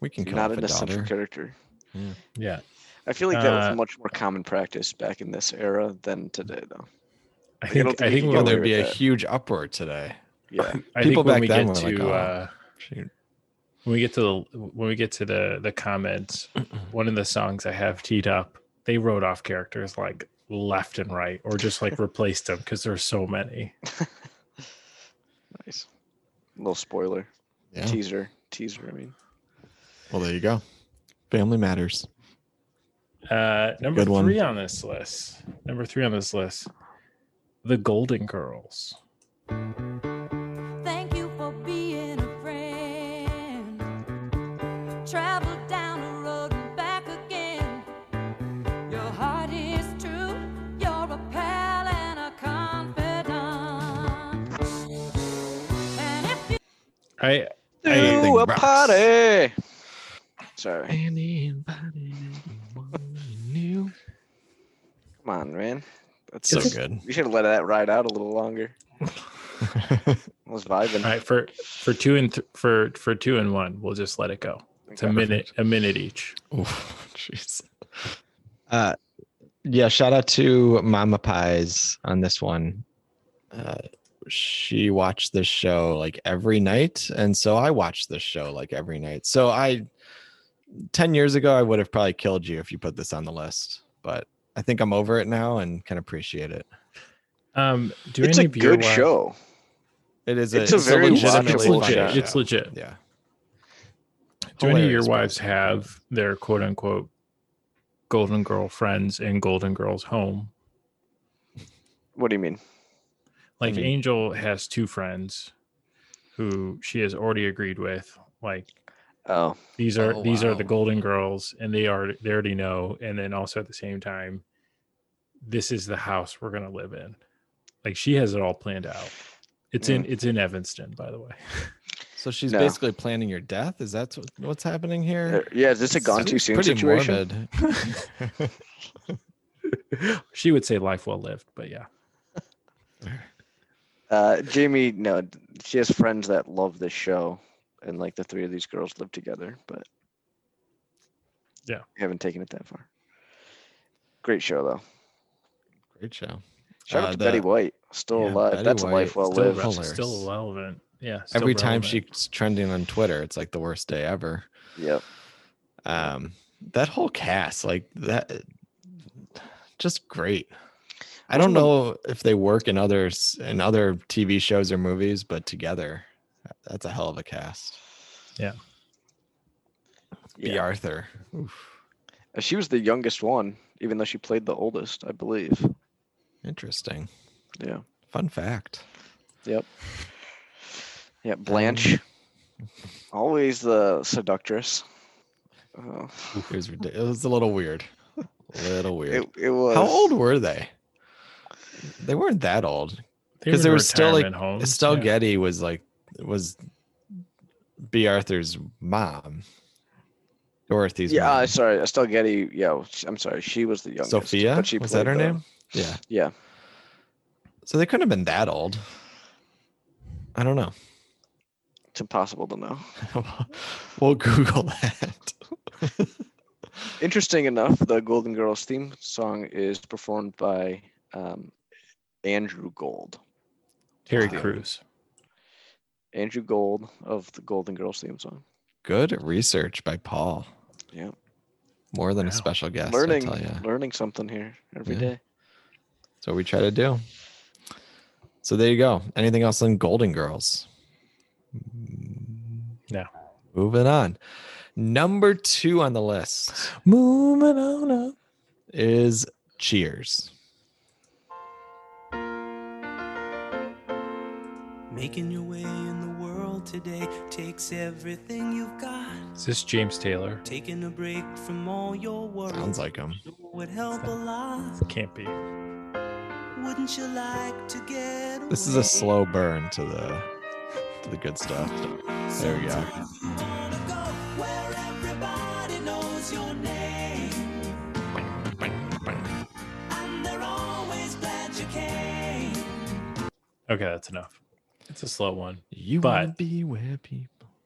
S1: We can come
S3: not
S1: up
S3: an
S1: a
S3: essential
S1: daughter.
S3: character.
S2: Yeah.
S3: I feel like that
S2: Uh,
S3: was much more common practice back in this era than today, though.
S2: I
S3: Like, I don't
S2: think I
S3: think
S2: think
S3: you
S1: Oh,
S3: can
S2: when
S3: get
S2: we
S1: there'd be a
S3: with that.
S1: huge uproar today.
S3: Yeah,
S1: people
S2: I think when
S1: back
S2: we
S1: then
S2: get
S1: were like,
S2: to
S1: "Oh."
S2: uh,
S1: Shoot.
S2: when we get to the when we get to the the comments, one of the songs I have teed up, they wrote off characters like left and right, or just
S1: [LAUGHS]
S2: like replaced them because there's so many.
S3: [LAUGHS] nice. Little spoiler,
S1: Yeah.
S3: teaser, teaser. I mean,
S1: Well, there you go. Family matters.
S2: Uh, number
S1: Good one.
S2: three on this list. Number three on this list, the Golden Girls.
S4: Thank you for being a friend. Travel down the road and back again. Your heart is true. You're a pal and a confidant. And if you
S2: I I,
S1: Everything
S3: do a
S1: rocks.
S3: party. Sorry,
S1: Anybody new?
S3: come on, man. That's
S1: So
S3: so
S1: [LAUGHS] good.
S3: We should have let that ride out a little longer. I was vibing.
S2: all right for for two and th- for for two and one, we'll just let it go. It's a
S3: Okay.
S2: minute, a minute each.
S1: Oh, jeez. Uh, yeah. Shout out to Mama Pies on this one. Uh, she watched this show like every night, and so I watched this show like every night. So I, ten years ago, I would have probably killed you if you put this on the list, but I think I'm over it now and can appreciate it.
S2: Um, do
S3: It's
S2: any
S3: a
S2: of uh, your
S3: good
S2: wives-
S3: show.
S1: It is.
S3: It's a very
S1: legitimately
S2: It's
S3: watchable
S1: fun
S3: show.
S2: legit. It's legit.
S1: Yeah.
S2: Do any of your
S1: Hilarious,
S2: wives
S1: but-
S2: have their quote unquote golden girl friends in Golden Girls home?
S3: What do you mean?
S2: Like
S1: mean-
S2: Angel has two friends who she has already agreed with. Like
S3: Oh,
S2: these are
S1: Oh,
S2: these are the
S1: wow.
S2: Golden Girls, and they are they already know. And then also at the same time, this is the house we're gonna live in. Like she has it all planned out. It's in it's in Evanston, by the way. [LAUGHS]
S1: So she's
S3: No.
S1: basically planning your death. Is that what- what's happening here?
S3: there- uh, yeah. Is this a gone
S1: Seems
S3: too soon
S1: pretty
S3: situation? [LAUGHS]
S1: morbid.
S2: she would say life well lived, but yeah.
S3: Uh, Jamie, no, d- she has friends that love this show, and like the three of these girls live together, but
S2: Yeah.
S3: we haven't taken it that far. Great show though.
S1: Great show.
S3: Shout
S1: Uh,
S3: out to Betty
S1: the-
S3: White, still
S1: yeah,
S3: alive.
S1: Betty
S3: That's a
S1: White,
S3: life well
S1: still
S3: lived.
S1: alive.
S2: Still,
S1: Hilarious.
S2: still relevant. Yeah. still
S1: Every time
S2: relevant.
S1: she's trending on Twitter, it's like the worst day ever.
S3: Yep.
S1: Um, that whole cast, like that, just great. I don't
S3: Wasn't the-
S1: know if they work in others in other TV shows or movies, but together, that's a hell of a cast. Be
S3: Yeah.
S1: Arthur. Oof.
S3: Uh, She was the youngest one, even though she played the oldest, I believe.
S1: Interesting.
S3: Yeah.
S1: Fun fact.
S3: Yep. Yeah, Blanche. Always Um, the seductress. Uh, Oh,
S1: It was ridiculous. It was a little weird. little weird.
S3: It, it was.
S1: How old were they? They weren't that old.
S2: They
S1: 'Cause
S2: were
S1: there
S2: in
S1: was still, like,
S2: retirement homes,
S1: Estelle
S2: yeah.
S1: Getty was like was B. Arthur's mom. Dorothy's
S3: Yeah,
S1: mom.
S3: uh, sorry, Estelle Getty. Yeah, sh- I'm sorry. She was the youngest.
S1: Sophia
S3: but she
S1: was that her
S3: played the-
S1: name? Yeah.
S3: Yeah.
S1: So they couldn't have been that old. I don't know. [LAUGHS]
S3: It's impossible to know.
S1: we'll Google that. [LAUGHS]
S3: Interesting enough, the Golden Girls theme song is performed by um, Andrew Gold.
S2: Terry
S1: Wow.
S2: Crews.
S3: Andrew Gold of the Golden Girls theme song.
S1: Good research by Paul.
S3: Yeah.
S1: More than a
S2: Wow.
S1: special guest.
S3: learning,
S1: I tell ya.
S3: learning something here every
S1: Yeah.
S3: day.
S1: That's what we try to do. So there you go. Anything else on Golden Girls?
S2: No.
S1: Moving on. Number two on the list
S2: Moving on up.
S1: is Cheers.
S5: Making your way in the world today takes everything you've got.
S2: Is this James Taylor?
S5: Taking a break from all your worries
S1: Sounds like him.
S5: would help a lot.
S2: Can't be.
S5: Wouldn't you like to get
S1: This is a slow burn to the to the good stuff. There we go.
S2: Okay, that's enough. It's a slow one.
S1: You
S2: But-
S1: will be where people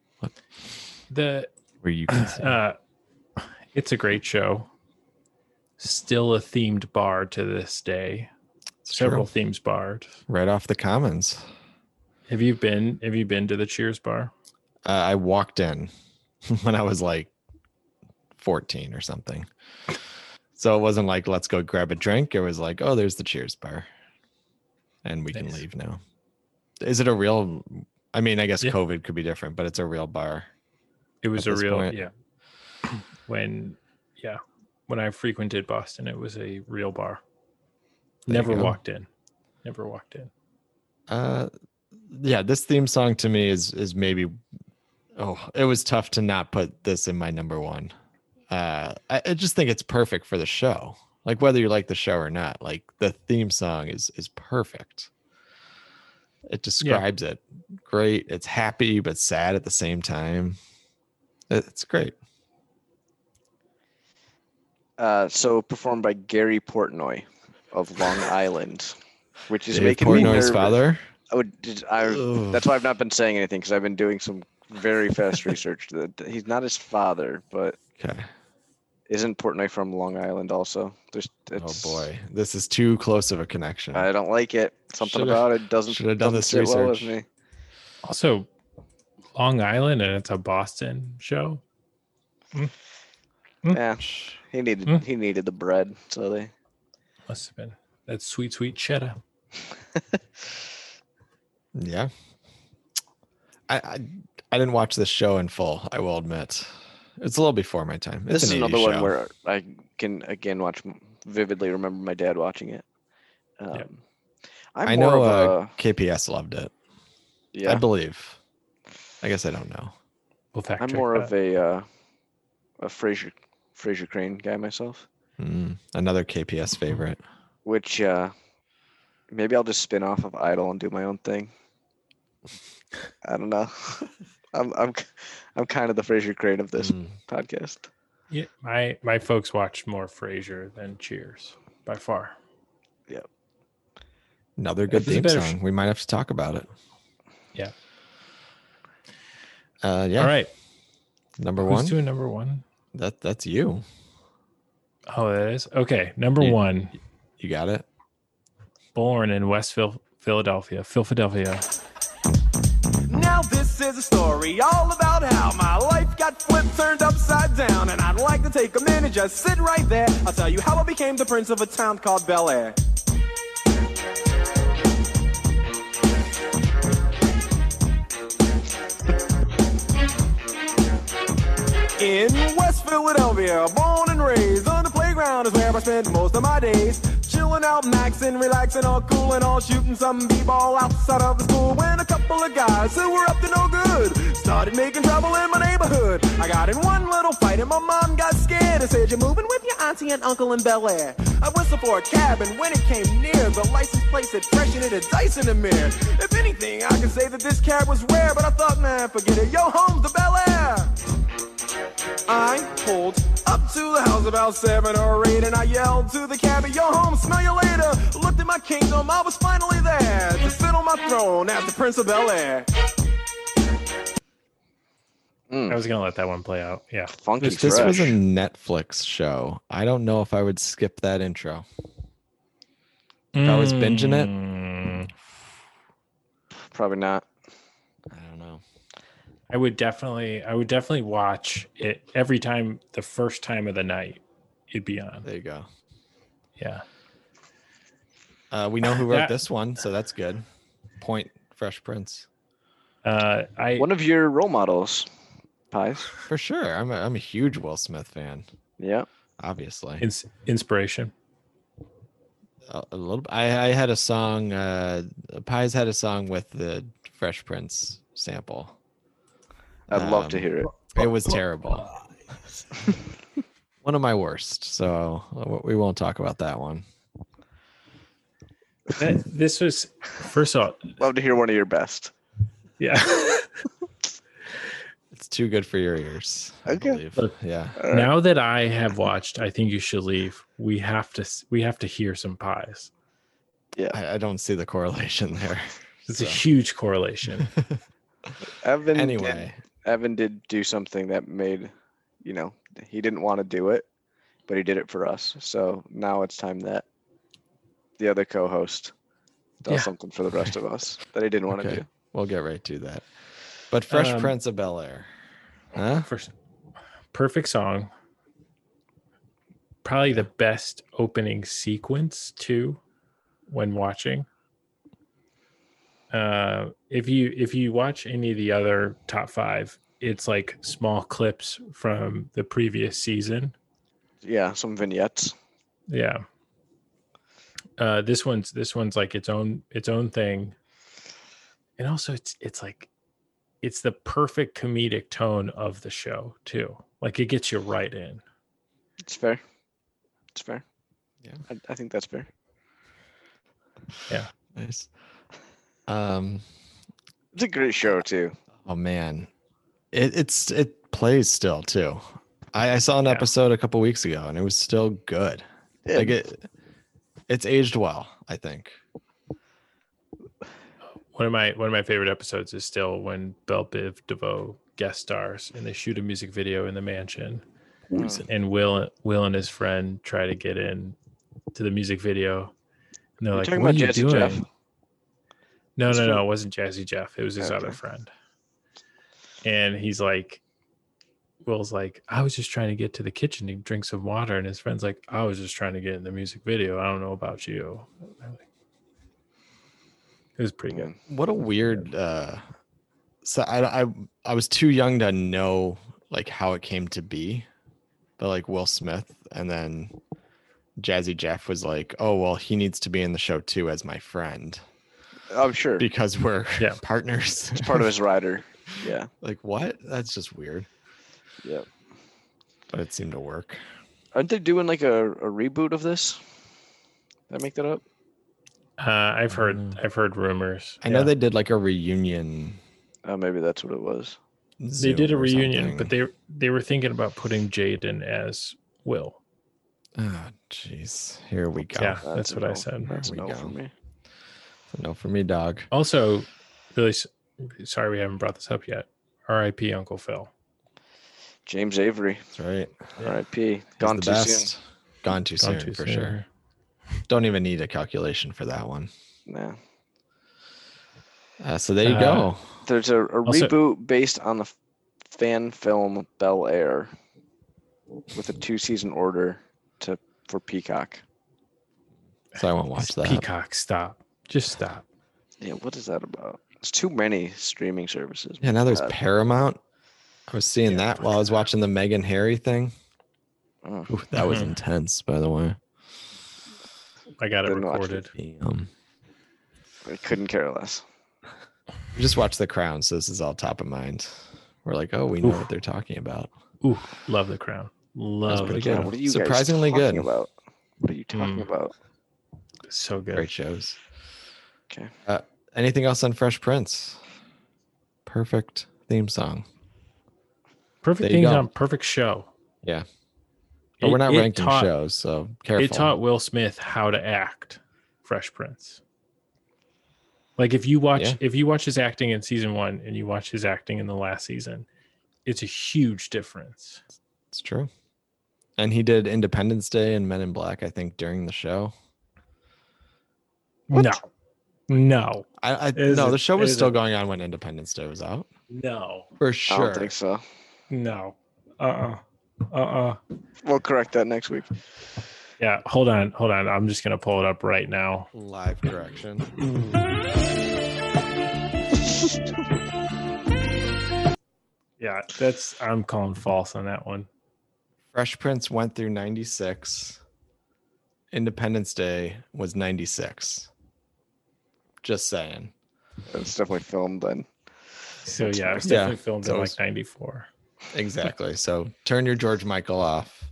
S2: The
S1: where you
S2: [CLEARS THROAT]
S1: can see.
S2: uh it's a great show. Still a themed bar to this day.
S1: It's
S2: Several
S1: true.
S2: themes barred.
S1: right off the commons.
S2: Have you been have you been to the Cheers bar?
S1: Uh, I walked in [LAUGHS] when I was like 14 or something. So it wasn't like let's go grab a drink. It was like, oh, there's the cheers bar. And we can
S2: Nice.
S1: leave now. Is it a real I mean, I guess
S2: Yeah.
S1: COVID could be different, but it's a real bar.
S2: It was
S1: At
S2: a
S1: this
S2: real
S1: point.
S2: yeah. [CLEARS THROAT] When yeah, when I frequented Boston, it was a real bar.
S1: There you
S2: Never
S1: go.
S2: walked in. Never walked in.
S1: Uh yeah, this theme song to me is is maybe oh, it was tough to not put this in my number one. Uh I, I just think it's perfect for the show. Like whether you like the show or not, like the theme song is is perfect. It describes it great. It's happy but sad at the same time. It- It's great.
S3: Uh, so performed by Gary Portnoy of [LAUGHS] Long Island, which is
S1: Dave
S3: making me
S1: Portnoy's
S3: nervous.
S1: father.
S3: I would, did- I,
S1: Ugh.
S3: that's why I've not been saying anything because I've been doing some
S1: [LAUGHS]
S3: very fast research. That that he's not his father, but
S1: Okay.
S3: isn't Portnoy from Long Island also? There's,
S1: Oh
S3: it's,
S1: boy, this is too close of a connection.
S3: I don't like it. Something
S1: Shoulda-
S3: about it doesn't,
S1: shoulda
S3: doesn't
S1: done
S3: sit
S1: this
S3: well with
S1: research.
S3: me.
S2: Also, Long Island and it's a Boston show. Hmm.
S3: Yeah, he needed
S2: Hmm.
S3: he needed the bread, so they
S2: Must have been that sweet, sweet cheddar.
S1: Yeah. I, I I didn't watch this show in full, I will admit. It's a little before my time. It's
S3: this is
S1: an
S3: another
S1: 80s
S3: one
S1: show.
S3: where I can again watch vividly remember my dad watching it. Um,
S2: Yeah.
S3: I'm
S1: I
S3: more
S1: know
S3: of
S1: uh,
S3: a,
S1: KPS loved it. I
S3: yeah.
S1: believe. I guess I don't know.
S2: We'll fact
S3: I'm
S2: check
S3: more
S2: that.
S3: of a uh, a Fraser Fraser Crane guy myself,
S1: Mm, another KPS favorite.
S3: which uh, maybe I'll just spin off of Idol and do my
S1: [LAUGHS]
S3: own thing. I don't know. [LAUGHS] I'm I'm k- I'm kind of the Fraser Crane of this
S1: Mm.
S3: podcast.
S2: Yeah, my my folks watched more Frasier than Cheers by far.
S1: Another good
S2: This is a
S1: theme
S2: better
S1: song. We might have to talk about it.
S2: Yeah.
S1: Uh, yeah.
S2: All right,
S1: Number
S2: who's
S1: one.
S2: doing number one?
S1: that that's you.
S2: Oh, that is okay. Number
S1: You-
S2: one,
S1: You got it.
S2: born in West Phil- Philadelphia, Philadelphia.
S6: Now this is a story all about how my life got flipped, turned upside down, and I'd like to take a minute, just sit right there. I'll tell you how I became the prince of a town called Bel Air. In West Philadelphia, born and raised on the playground is where I spent most of my days. Chilling out, maxing, relaxing, all cool and all shooting some b-ball outside of the school. When a couple couple of guys who were up to no good. Started making trouble in my neighborhood. I got in one little fight and my mom got scared and said, You're moving with your auntie and uncle in Bel Air. I whistled for a cab and when it came near, the license plate said fresh and it had dice in the mirror. If anything, I could say that this cab was rare, but I thought, man, forget it. Yo, home's the Bel Air. I pulled up to the house about seven or eight, and I yelled to the cabbie, "Yo, home, smell you later." Looked at my kingdom, I was finally there to sit on my throne as the Prince of Bel Air.
S3: Hmm.
S2: I was gonna let that one play out. Yeah.
S3: Funky
S1: If this was a
S3: fresh.
S1: Netflix show, I don't know if I would skip that intro. If I was binging it,
S2: Mm,
S3: Probably not.
S1: I don't know.
S2: I would definitely, I would definitely watch it every time. The first time of the night, it'd be on.
S1: There you go.
S2: Yeah.
S1: Uh, we know who wrote
S2: That-
S1: this one, so that's good. Point Fresh Prince
S2: Uh, I
S3: One of your role models, Pies.
S1: for sure. I'm a, I'm a huge Will Smith fan,
S3: Yeah.
S1: obviously.
S2: ins- inspiration.
S1: a, a little. I, I had a song. Uh, Pies had a song with the Fresh Prince sample.
S3: I'd love to
S1: Um,
S3: hear it.
S1: It was terrible. one of my worst. So uh, w- we won't talk about that one.
S2: That- this was first of all,
S3: Love to hear one of your best.
S2: [LAUGHS] yeah.
S1: It's too good for your ears. I
S3: Okay.
S1: believe.
S2: Look.
S1: Yeah.
S3: All right.
S2: Now that I have watched, I think you should leave. We have to, s- we have to hear some pies.
S1: I, I don't see the correlation [LAUGHS] there.
S2: It's
S1: So,
S2: a huge correlation.
S3: Evan did-
S1: anyway,
S3: Evan did do something that made, you know, he didn't want to do it, but he did it for us. So now it's time that the other co-host does
S2: Yeah.
S3: something for the rest of us that he didn't want to
S1: okay.
S3: do.
S1: We'll get right to that. But Fresh
S2: Um,
S1: Prince of Bel Air. Huh?
S2: First, perfect song. Probably the best opening sequence too, when watching. Uh, if you if you watch any of the other top five, it's like small clips from the previous season.
S3: Yeah, some vignettes.
S2: Yeah. Uh, this one's this one's like its own its own thing, and also it's it's like it's the perfect comedic tone of the show too. Like it gets you right in.
S3: It's fair. It's fair.
S1: Yeah.
S3: I, I think that's fair.
S1: Nice. Um.
S3: It's a great show too.
S1: Oh man, it it's it plays still too. I, I saw an
S2: Yeah.
S1: episode a couple weeks ago and it was still good.
S3: Yeah,
S1: Like it, it's aged well. I think.
S2: One of my one of my favorite episodes is still when Belle Biv DeVoe guest stars and they shoot a music video in the mansion,
S3: Hmm.
S2: and Will Will and his friend try to get in to the music video, and they're
S3: You're
S2: like,
S3: talking
S2: "What are
S3: about
S2: you
S3: Jazzy
S2: doing?"
S3: Jeff?
S2: No,
S3: His
S2: no,
S3: friend?
S2: no. It wasn't Jazzy Jeff. It was his other
S3: Okay.
S2: friend. And he's like, Will's like, I was just trying to get to the kitchen to drink some water. And his friend's like, I was just trying to get in the music video. I don't know about you. I'm like- It was pretty good.
S1: What a weird. uh So I I I was too young to know like how it came to be, but like Will Smith and then Jazzy Jeff was like, oh well, he needs to be in the show too as my friend
S3: I'm sure. It's
S1: because we're
S2: [LAUGHS] Yeah.
S1: [LAUGHS] partners.
S3: part
S1: [LAUGHS]
S3: of his rider. Yeah.
S1: like what? That's just weird.
S3: Yep.
S1: But it seemed to work.
S3: Aren't they doing like a, a reboot of this? Did I make that up?
S2: Uh, I've heard
S1: Mm.
S2: I've heard rumors.
S1: I know
S2: Yeah.
S1: they did like a reunion.
S3: Oh, maybe that's what it was.
S2: they did a
S1: Zoom or
S2: reunion, but
S1: something.
S2: they they were thinking about putting Jaden as Will.
S1: Oh, jeez. Here we go.
S2: Yeah,
S3: That's
S2: that's
S3: a
S2: what I
S3: no.
S2: said.
S3: That's
S1: we
S3: no
S1: go.
S3: for me.
S1: No for me, dog.
S2: Also, really s- sorry we haven't brought this up yet. R.I.P. Uncle Phil.
S3: James Avery,
S1: That's right. He's
S3: R.I.P. Gone
S1: the
S3: too soon.
S1: best. Gone too
S2: Gone
S1: soon,
S2: too
S1: for
S2: soon.
S1: sure. Don't even need a calculation for that one.
S3: Nah.
S1: Uh, so there you
S2: Uh,
S1: go.
S3: There's a, a
S2: Also-
S3: reboot based on the f- fan film Bel Air, with a two-season order to for Peacock.
S1: So I won't watch
S2: It's
S1: that.
S2: Peacock, stop. Just stop.
S3: Yeah, what is that about? It's too many streaming services.
S1: Yeah, now there's
S3: Uh,
S1: Paramount. I was seeing that while I was watching the Megan Harry thing.
S3: Oh.
S1: Ooh, that was
S2: Mhm.
S1: intense, by the way.
S2: I got it
S3: Didn't watch it.
S1: Um,
S2: recorded.
S1: Damn.
S3: I couldn't care less.
S1: We just watched The Crown, so this is all top of mind. We're like, oh, we know what they're talking about.
S2: Ooh, love the crown. Love the
S1: pretty good.
S3: Yeah,
S2: crown.
S3: what are you guys
S1: Surprisingly
S3: talking
S1: good.
S3: about? What are you talking
S2: Mm.
S3: about?
S2: So good.
S1: Great shows.
S3: Okay.
S1: Uh, anything else on Fresh Prince? Perfect theme song.
S2: Perfect
S1: There you
S2: things
S1: go.
S2: on perfect show.
S1: Yeah. But
S2: It-
S1: we're not
S2: it
S1: ranked
S2: taught-
S1: in shows, so careful.
S2: It taught Will Smith how to act. Fresh Prince. Like if you watch
S1: Yeah.
S2: if you watch his acting in season one and you watch his acting in the last season, it's a huge difference.
S1: It's true. And he did Independence Day and Men in Black, I think, during the show.
S2: No, no,
S1: I, I
S2: Is
S1: no,
S2: it-
S1: the show was
S2: is
S1: still
S2: it-
S1: going on when Independence Day was out.
S2: no,
S1: For
S3: I
S1: sure.
S3: don't think so.
S2: no. Uh, uh-uh. uh,
S3: We'll correct that next week.
S2: Yeah, hold on, hold on. I'm just gonna pull it up right now.
S1: Live correction.
S2: Yeah, that's I'm calling false on that one.
S1: Fresh Prince went through 96. Independence Day was 96. Just saying.
S3: It's definitely filmed then.
S2: So yeah, it was
S1: Yeah,
S2: definitely filmed
S1: so
S2: in
S1: it's-
S2: like '94.
S1: Exactly. So turn your George Michael off.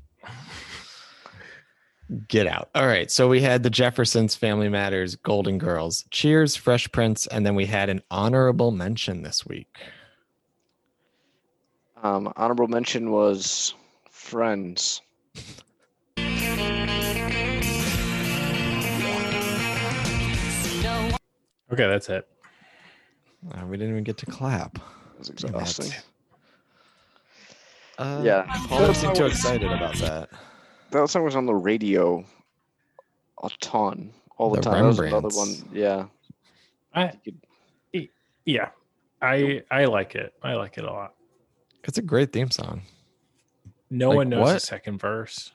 S1: Get out. All right. So we had the Jeffersons, Family Matters, Golden Girls, Cheers, Fresh Prince, and then we had an honorable mention this week.
S3: Um, honorable mention was Friends.
S2: Okay, that's it.
S1: Uh, we didn't even get to clap.
S3: It was
S1: Damn it.
S3: exhausting.
S1: Uh,
S3: Yeah.
S1: Paul didn't seem too excited about that.
S3: That song was on the radio a ton all the,
S1: The
S3: time. That was another
S1: Rembrandts.
S3: one. Yeah.
S2: I, yeah, I I like it. I like it a lot.
S1: It's a great theme song.
S2: No
S1: Like
S2: one knows the
S1: what?
S2: second verse.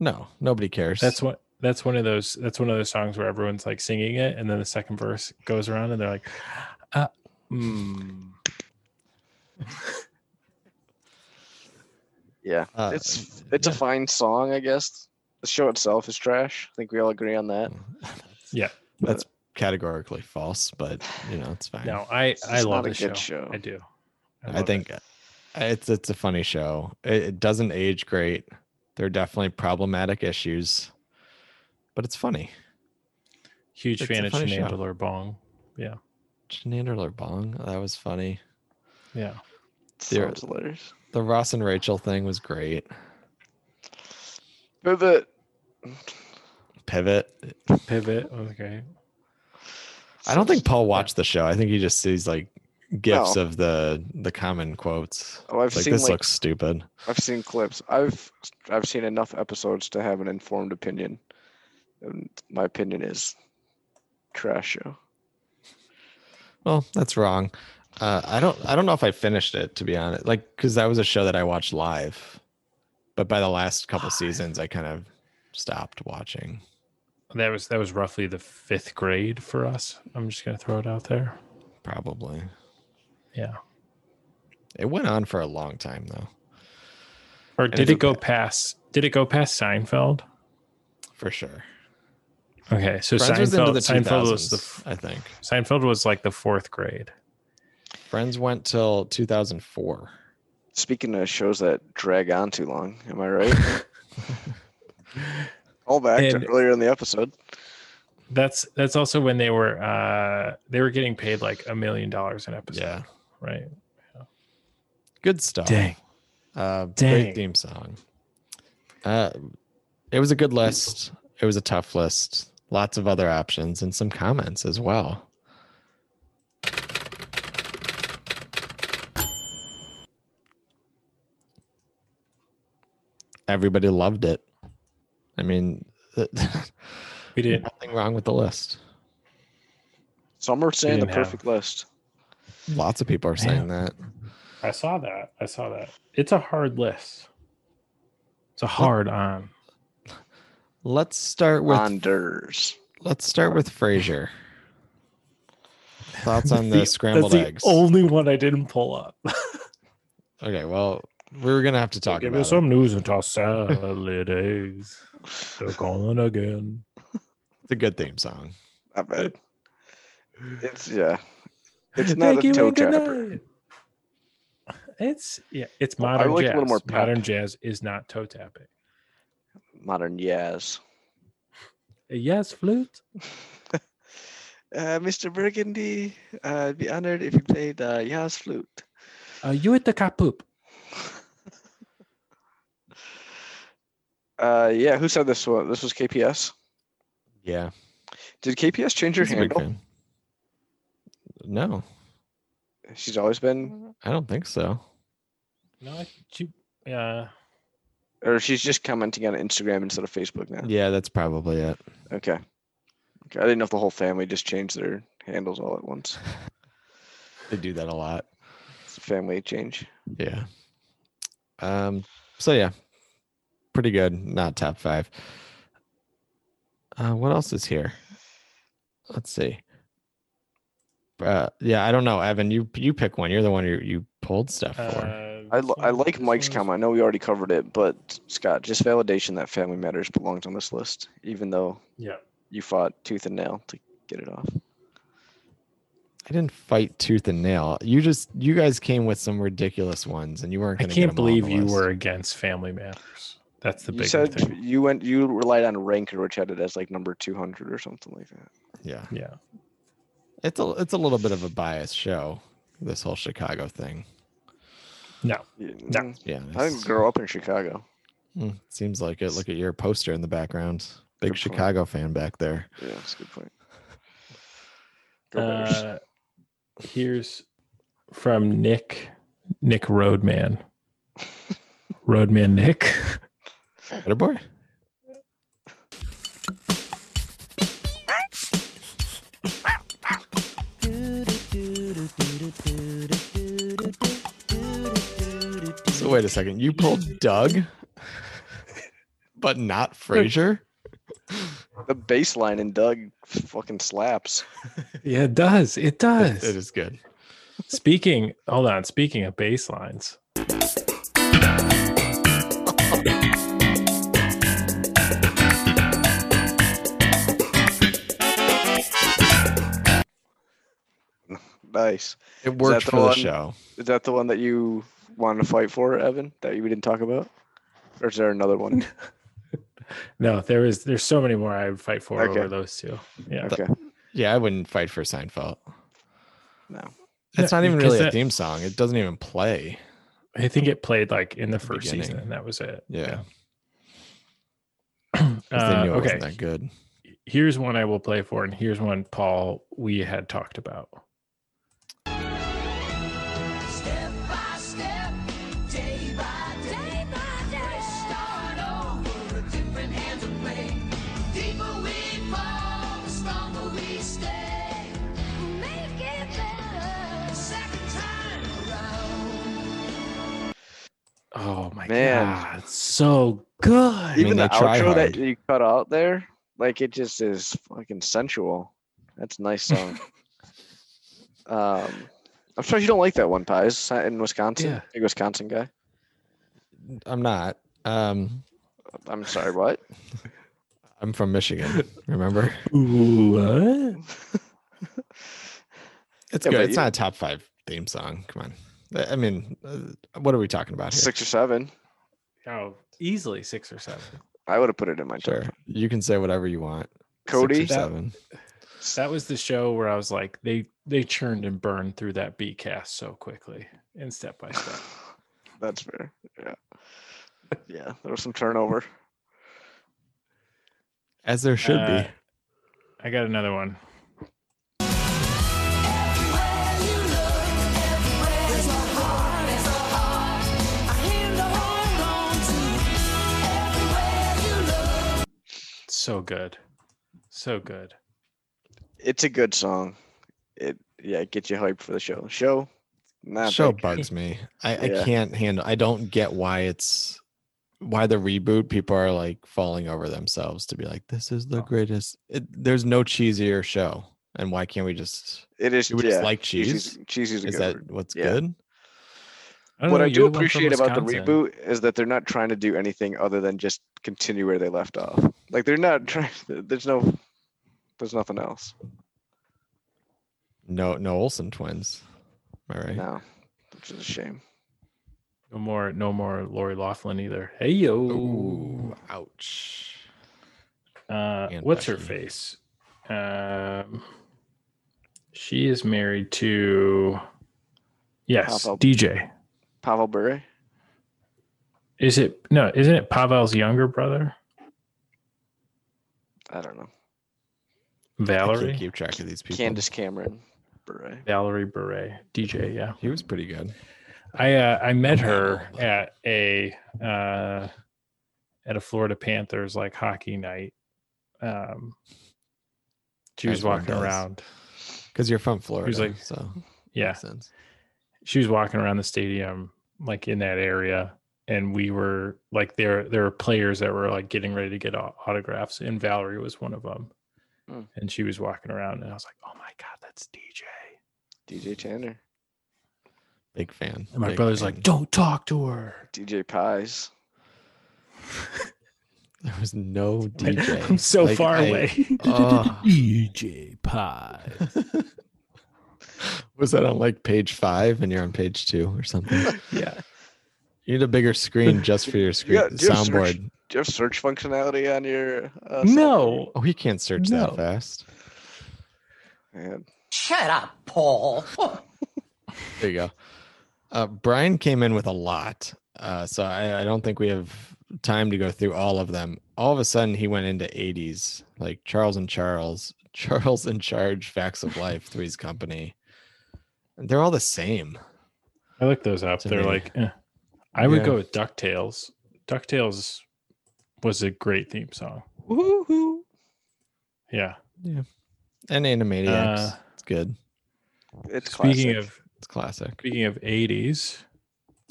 S1: No, nobody cares.
S2: That's what. That's one of those. That's one of those songs where everyone's like singing it, and then the second verse goes around, and they're like, uh, mm.
S3: Yeah.
S1: Uh,
S3: it's it's a
S1: yeah.
S3: fine song, I guess. The show itself is trash. I think we all agree on that.
S2: Yeah.
S1: [LAUGHS] That's categorically false, but you know, it's fine.
S2: "No, I
S3: It's
S2: I love
S3: not a
S2: the show.
S3: good show.
S2: I do.
S1: I,
S2: love it.
S1: think it's it's a funny show. It, it doesn't age great. There are definitely problematic issues, but it's funny.
S2: huge
S1: it's a
S2: fan of
S1: funny show.
S2: Chenandler Bong.
S1: Chenandler Bong, that was funny.
S2: Yeah,
S1: There-
S3: Sounds hilarious.
S1: The Ross and Rachel thing was great.
S3: But the
S1: Pivot.
S2: pivot. Okay,
S1: I don't think Paul watched the show. I think he just sees like gifs
S3: No.
S1: of the the common quotes.
S3: Oh, I've
S1: It's like
S3: seen
S1: this
S3: like
S1: looks stupid.
S3: I've seen clips. I've I've seen enough episodes to have an informed opinion. And my opinion is trash show.
S1: Well, that's wrong. Uh, I don't. I don't know if I finished it to be honest. Like, because that was a show that I watched live, but by the last couple seasons, I kind of stopped watching.
S2: that was that was roughly the fifth grade for us. I'm just gonna throw it out there.
S1: Probably.
S2: Yeah.
S1: It went on for a long time though,
S2: Or
S1: And
S2: did
S1: it's
S2: it go
S1: okay.
S2: past? Did it go past Seinfeld?
S1: for sure.
S2: Okay, so
S1: Friends was
S2: Seinfeld.
S1: into the
S2: Seinfeld
S1: 2000s,
S2: was the f-
S1: I think.
S2: Seinfeld was like the fourth grade.
S1: Friends went till 2004.
S3: Speaking of shows that drag on too long, am
S1: [LAUGHS]
S3: I right? All back
S2: And-
S3: to earlier in the episode.
S2: That's that's also when they were uh they were getting paid like a million dollars an episode,
S1: Yeah,
S2: right?
S1: good stuff. Uh,
S2: Dang.
S1: Great theme song. Uh, it was a good list. It was a tough list. Lots of other options and some comments as well. Everybody loved it. I mean, [LAUGHS]
S2: We didn't.
S1: nothing wrong with the list.
S3: Some are saying the
S2: didn't have-
S3: perfect list.
S1: Lots of people are saying that.
S2: I saw that. I saw that. It's a hard list. It's a hard on.
S1: Let's start with
S3: Anders.
S1: let's start with Frasier. Thoughts
S2: [LAUGHS]
S1: on the, scrambled
S2: that's
S1: eggs?
S2: The only one I didn't pull up.
S1: Okay, well, we were gonna have to talk
S2: Give
S1: about
S2: me
S1: it.
S2: some news and toss salad eggs. They're calling again.
S1: It's a good theme song.
S3: Not bad. It's yeah. It's not a toe
S2: and good
S3: tapper.
S2: night. It's yeah, it's
S3: Well, I
S2: modern
S3: like a
S2: jazz.
S3: little more pep.
S2: modern jazz is not toe tapping.
S3: Modern yes.
S2: Yes, flute.
S3: Uh, Mr. Burgundy, uh, I'd be honored if you played uh, Yaz flute.
S2: Uh, you at the kapoop.
S3: [LAUGHS] Uh, yeah, who said this one? This was KPS.
S1: Yeah.
S3: Did KPS change her
S1: he's a big
S3: handle?
S1: fan. No,
S3: She's always been,
S1: I don't think so.
S2: No, you, uh,
S3: or she's just commenting on Instagram instead of Facebook now.
S1: Yeah, that's probably it.
S3: Okay. okay. I didn't know if the whole family just changed their handles all at once.
S1: They do that a lot.
S3: It's a family change.
S1: Yeah. Um. So yeah, pretty good. Not top five. Uh, what else is here? Let's see. Uh, yeah, I don't know, Evan. You you pick one. You're the one you you pulled stuff for.
S2: uh,
S3: I,
S2: this
S3: li- I
S2: one-
S3: like
S2: this
S3: Mike's
S2: one's-
S3: comment. I know we already covered it, but Scott, just validation that Family Matters belongs on this list, even though
S2: Yeah,
S3: you fought tooth and nail to get it off.
S1: I didn't fight tooth and nail. You just you guys came with some ridiculous ones, and you weren't.
S2: I
S1: Gonna get
S2: can't
S1: them all on the
S2: believe you
S1: list.
S2: were against Family Matters. That's the
S3: You
S2: big
S3: said
S2: thing.
S3: you went. You relied on Ranker, which had it as like number two hundred or something like that.
S1: Yeah,
S2: Yeah,
S1: it's a it's a little bit of a biased show. This whole Chicago thing.
S2: no,
S3: Yeah,
S2: No.
S3: mm,
S1: Yeah,
S3: I
S1: it's-
S3: didn't grow up in Chicago.
S1: Mm, seems like it. Look at your poster in the background. Big
S3: Good point.
S1: Chicago fan back there.
S3: Yeah, that's a good point. Go Bears.
S2: Uh, here's from Nick, Nick
S3: [LAUGHS]
S2: Roadman, Roadman Nick.
S1: Better boy. So wait a second. You pulled Doug, [LAUGHS] but not Frasier.
S3: The bass line in Doug fucking slaps.
S2: [LAUGHS] Yeah, it does. It
S1: It-
S2: does.
S1: it is good.
S2: Speaking, hold on. Speaking of bass lines,
S3: Nice.
S1: It worked
S3: the
S1: for the
S3: one?
S1: show.
S3: Is that the one that you wanted to fight for, Evan? That we didn't talk about, or is there another
S2: [LAUGHS]
S3: one?
S2: no, there is. There's so many more I would fight for
S3: Okay.
S2: over those two. Yeah,
S3: Okay.
S1: Yeah, I wouldn't fight for Seinfeld.
S3: No.
S1: It's not even
S2: because
S1: really a
S2: that-
S1: theme song. It doesn't even play.
S2: I think it played like in the first
S1: beginning.
S2: season, and that was it.
S1: Yeah, [CLEARS THROAT] 'cause
S2: Uh,
S1: they knew it
S2: okay,
S1: wasn't that good.
S2: here's one I will play for, and here's one Paul we had talked about.
S5: Step by step, day by day, by day. start over, different hands of play. Deeper we fall, the stronger we stay. Make it better, second time around.
S2: Oh my
S3: Man.
S2: god, it's so good.
S1: mean,
S3: Even the
S1: they try
S3: outro that
S1: hard.
S3: you cut out there, like it just is fucking sensual. That's a nice
S1: [LAUGHS]
S3: song. um, I'm sorry you don't like that one, Ty. Is that in Wisconsin?
S2: Yeah.
S3: Big Wisconsin guy.
S1: I'm not. Um,
S3: I'm
S1: [LAUGHS]
S3: sorry, what?
S1: I'm from Michigan.
S3: [LAUGHS]
S1: Remember?
S2: Ooh, what?
S1: It's
S3: Yeah,
S1: good.
S3: but
S1: It's
S3: you-
S1: not a top five theme song. Come on. I- I mean, uh, what are we talking about here?
S3: Six or seven.
S2: Oh, easily six or seven.
S3: I would have put it in my top.
S1: Sure. You can say whatever you want. Six or
S3: Cody,
S2: That-
S1: seven.
S2: That was the show where I was like, they they churned and burned through that B cast so quickly and step by step.
S3: [LAUGHS] that's fair. Yeah. Yeah, there was some turnover.
S1: As there should
S2: Uh,
S1: be.
S2: I got another one. So good. So good.
S3: It's a good song. It yeah, it gets you hyped for the show. Show, not
S1: Show
S3: big.
S1: bugs me. I, I
S3: Yeah.
S1: can't handle. I don't get why it's why the reboot. People are like falling over themselves to be like, this is the greatest. It, there's no cheesier show, and why can't we just?
S3: It is.
S1: Do we
S3: yeah,
S1: just like
S3: cheesy's-
S1: cheese?
S3: Cheesy's a
S1: Is
S3: good word.
S1: that what's
S3: Yeah.
S1: good?
S2: don't
S3: what
S2: know,
S3: I
S2: you're
S3: do
S2: the one from
S3: appreciate about the
S2: Wisconsin.
S3: reboot is that they're not trying to do anything other than just continue where they left off. [LAUGHS] Like they're not trying. There's no. There's nothing else.
S1: No, no Olsen twins. Am I right?
S3: No, which is a shame.
S2: No more, no more Lori Laughlin either. Hey yo,
S1: Ooh, ouch.
S2: uh,
S1: and
S2: what's her
S1: Becky.
S2: face? Um, she is married to, yes,
S3: Pavel-
S2: DJ.
S3: Pavel Bure?
S2: Is it no? Isn't it Pavel's younger brother,
S3: I don't know.
S1: I can't
S2: Valerie?
S1: keep track of these people.
S3: Candace Cameron Bure.
S2: Valerie Beret, DJ. Yeah,
S1: He was pretty good.
S2: I uh, I met her at a uh, at a Florida Panthers like hockey night. Um, she was
S1: As one
S2: walking
S1: does.
S2: around.
S1: Because you're from Florida.
S2: like-
S1: so
S2: Yeah,
S1: makes sense.
S2: she was walking around the stadium like in that area and we were like there there were players that were like getting ready to get au- autographs and valerie was one of them
S3: Hmm.
S2: and she was walking around and i was like oh my god that's dj
S3: DJ Tanner.
S1: Big fan.
S2: and my
S1: big
S2: brother's
S1: fan.
S2: like don't talk to her [LAUGHS]
S3: DJ Pies.
S1: There was no DJ.
S2: [LAUGHS] i'm so
S1: Like,
S2: far
S1: I- [LAUGHS]
S2: away
S1: Oh,
S7: DJ Pie.
S1: was that on like page five and you're on page two or something?
S2: [LAUGHS] yeah
S1: You need a bigger screen just for your screen
S3: got- you have search-
S1: soundboard.
S3: Do you have search functionality on your? Uh,
S2: no
S1: Oh, he can't search
S2: No.
S1: that fast.
S3: Man.
S5: Shut up, Paul.
S1: There you go. Uh, Brian came in with a lot, uh, so I, I don't think we have time to go through all of them. All of a sudden, he went into '80s, like Charles and Charles, [LAUGHS] Charles in Charge, Facts of Life, Three's Company. And They're all the same.
S2: i looked those up
S1: To
S2: they're
S1: me.
S2: like eh. i would
S1: Yeah.
S2: go with ducktales ducktales was a great theme song
S3: Woohoo!
S2: yeah
S1: And Animaniacs,
S2: Uh,
S1: it's good.
S3: It's
S2: speaking
S3: classic.
S2: of
S1: It's classic.
S2: speaking of 80s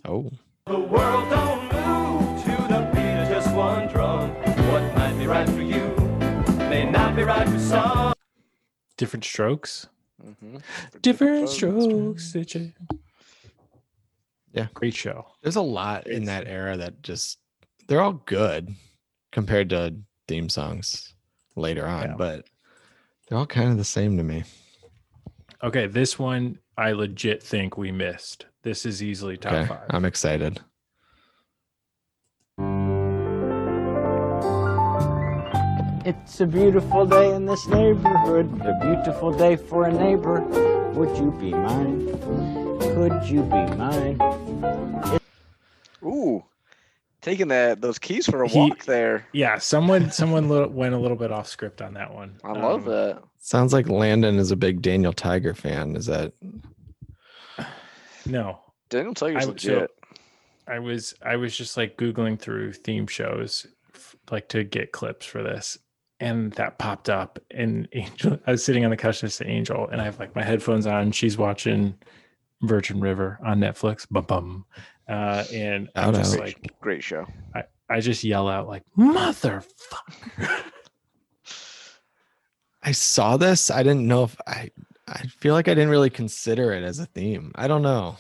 S1: Oh,
S6: The world don't move to the beat of just one drum. What might be right for you may not be right for some.
S2: different strokes
S3: Mhm. For
S2: Different
S3: folks.
S2: strokes. it's a-
S1: Yeah.
S2: Great show.
S1: there's a lot in that era that just they're all good compared to theme songs later on,
S2: Yeah.
S1: but they're all kind of the same to me.
S2: Okay. This one I legit think we missed. This is easily top
S1: Okay,
S2: five.
S1: I'm excited.
S8: It's a beautiful day in this neighborhood, a beautiful day for a neighbor. Would you be mine? Could you be mine?
S3: Ooh, taking that those keys for a
S2: He-
S3: walk there.
S2: yeah. Someone someone li- went a little bit off script on that one.
S3: I love
S2: Um,
S3: that.
S1: Sounds like Landon is a big Daniel Tiger fan. Is that
S2: No.
S3: Daniel Tiger's
S2: I would- so-
S3: legit.
S2: I was I was just like googling through theme shows f- like to get clips for this. And that popped up and Angel I was sitting on the couch next to Angel and I have like my headphones on. She's watching Virgin River on Netflix. Bum bum. Uh and I'm
S1: Shout
S2: just
S1: out.
S2: like
S3: Great show.
S2: I just yell out like motherfucker.
S1: I saw this? I didn't know if I. I feel like I didn't really consider it as a theme. I don't know.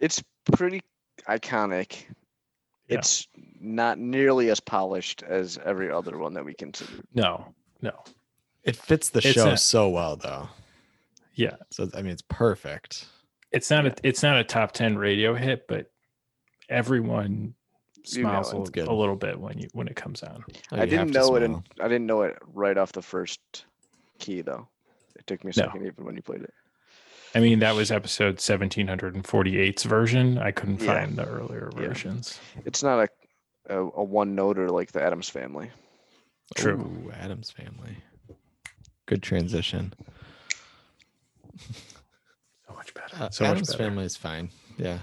S3: It's pretty iconic.
S2: Yeah.
S3: It's not nearly as polished as every other one that we considered.
S2: No, no.
S1: It fits the
S2: It's
S1: show
S2: a-
S1: so well, though.
S2: Yeah.
S1: So I mean, it's perfect.
S2: It's not a it's not a top ten radio hit, but everyone
S3: You know
S2: smiles a-
S1: it's good.
S2: a little bit when you when it comes on.
S1: Like,
S3: I
S1: Oh, you have
S3: didn't
S1: to
S3: know it. In,
S1: smile.
S3: I didn't know it right off the first key though. It took me a
S2: No.
S3: second even when you played it.
S2: I mean, that was episode 1748's version. I couldn't
S3: Yeah.
S2: find the earlier
S3: Yeah.
S2: versions.
S3: It's not a a, a one noter like the Adams Family.
S2: True.
S1: Ooh, Adam's family. Good transition.
S2: So much better.
S1: Uh,
S2: so
S1: Adam's
S2: much better.
S1: family is fine. Yeah.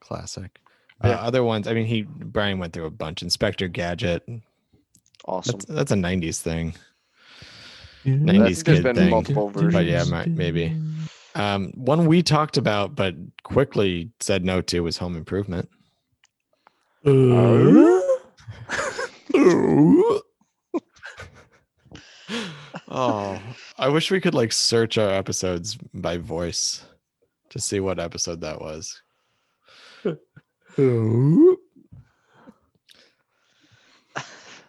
S1: Classic. Uh,
S2: Yeah.
S1: other ones, I mean, he Brian went through a bunch. Inspector Gadget.
S3: Awesome.
S1: That's that's a '90s thing.
S3: That-
S1: 90s
S3: there's
S1: kid
S3: been
S1: thing.
S3: multiple versions.
S1: But yeah, mi- maybe. Um, one we talked about but quickly said no to was Home Improvement.
S2: Uh,
S1: oh, I wish we could like search our episodes by voice to see what episode that was.
S2: Uh,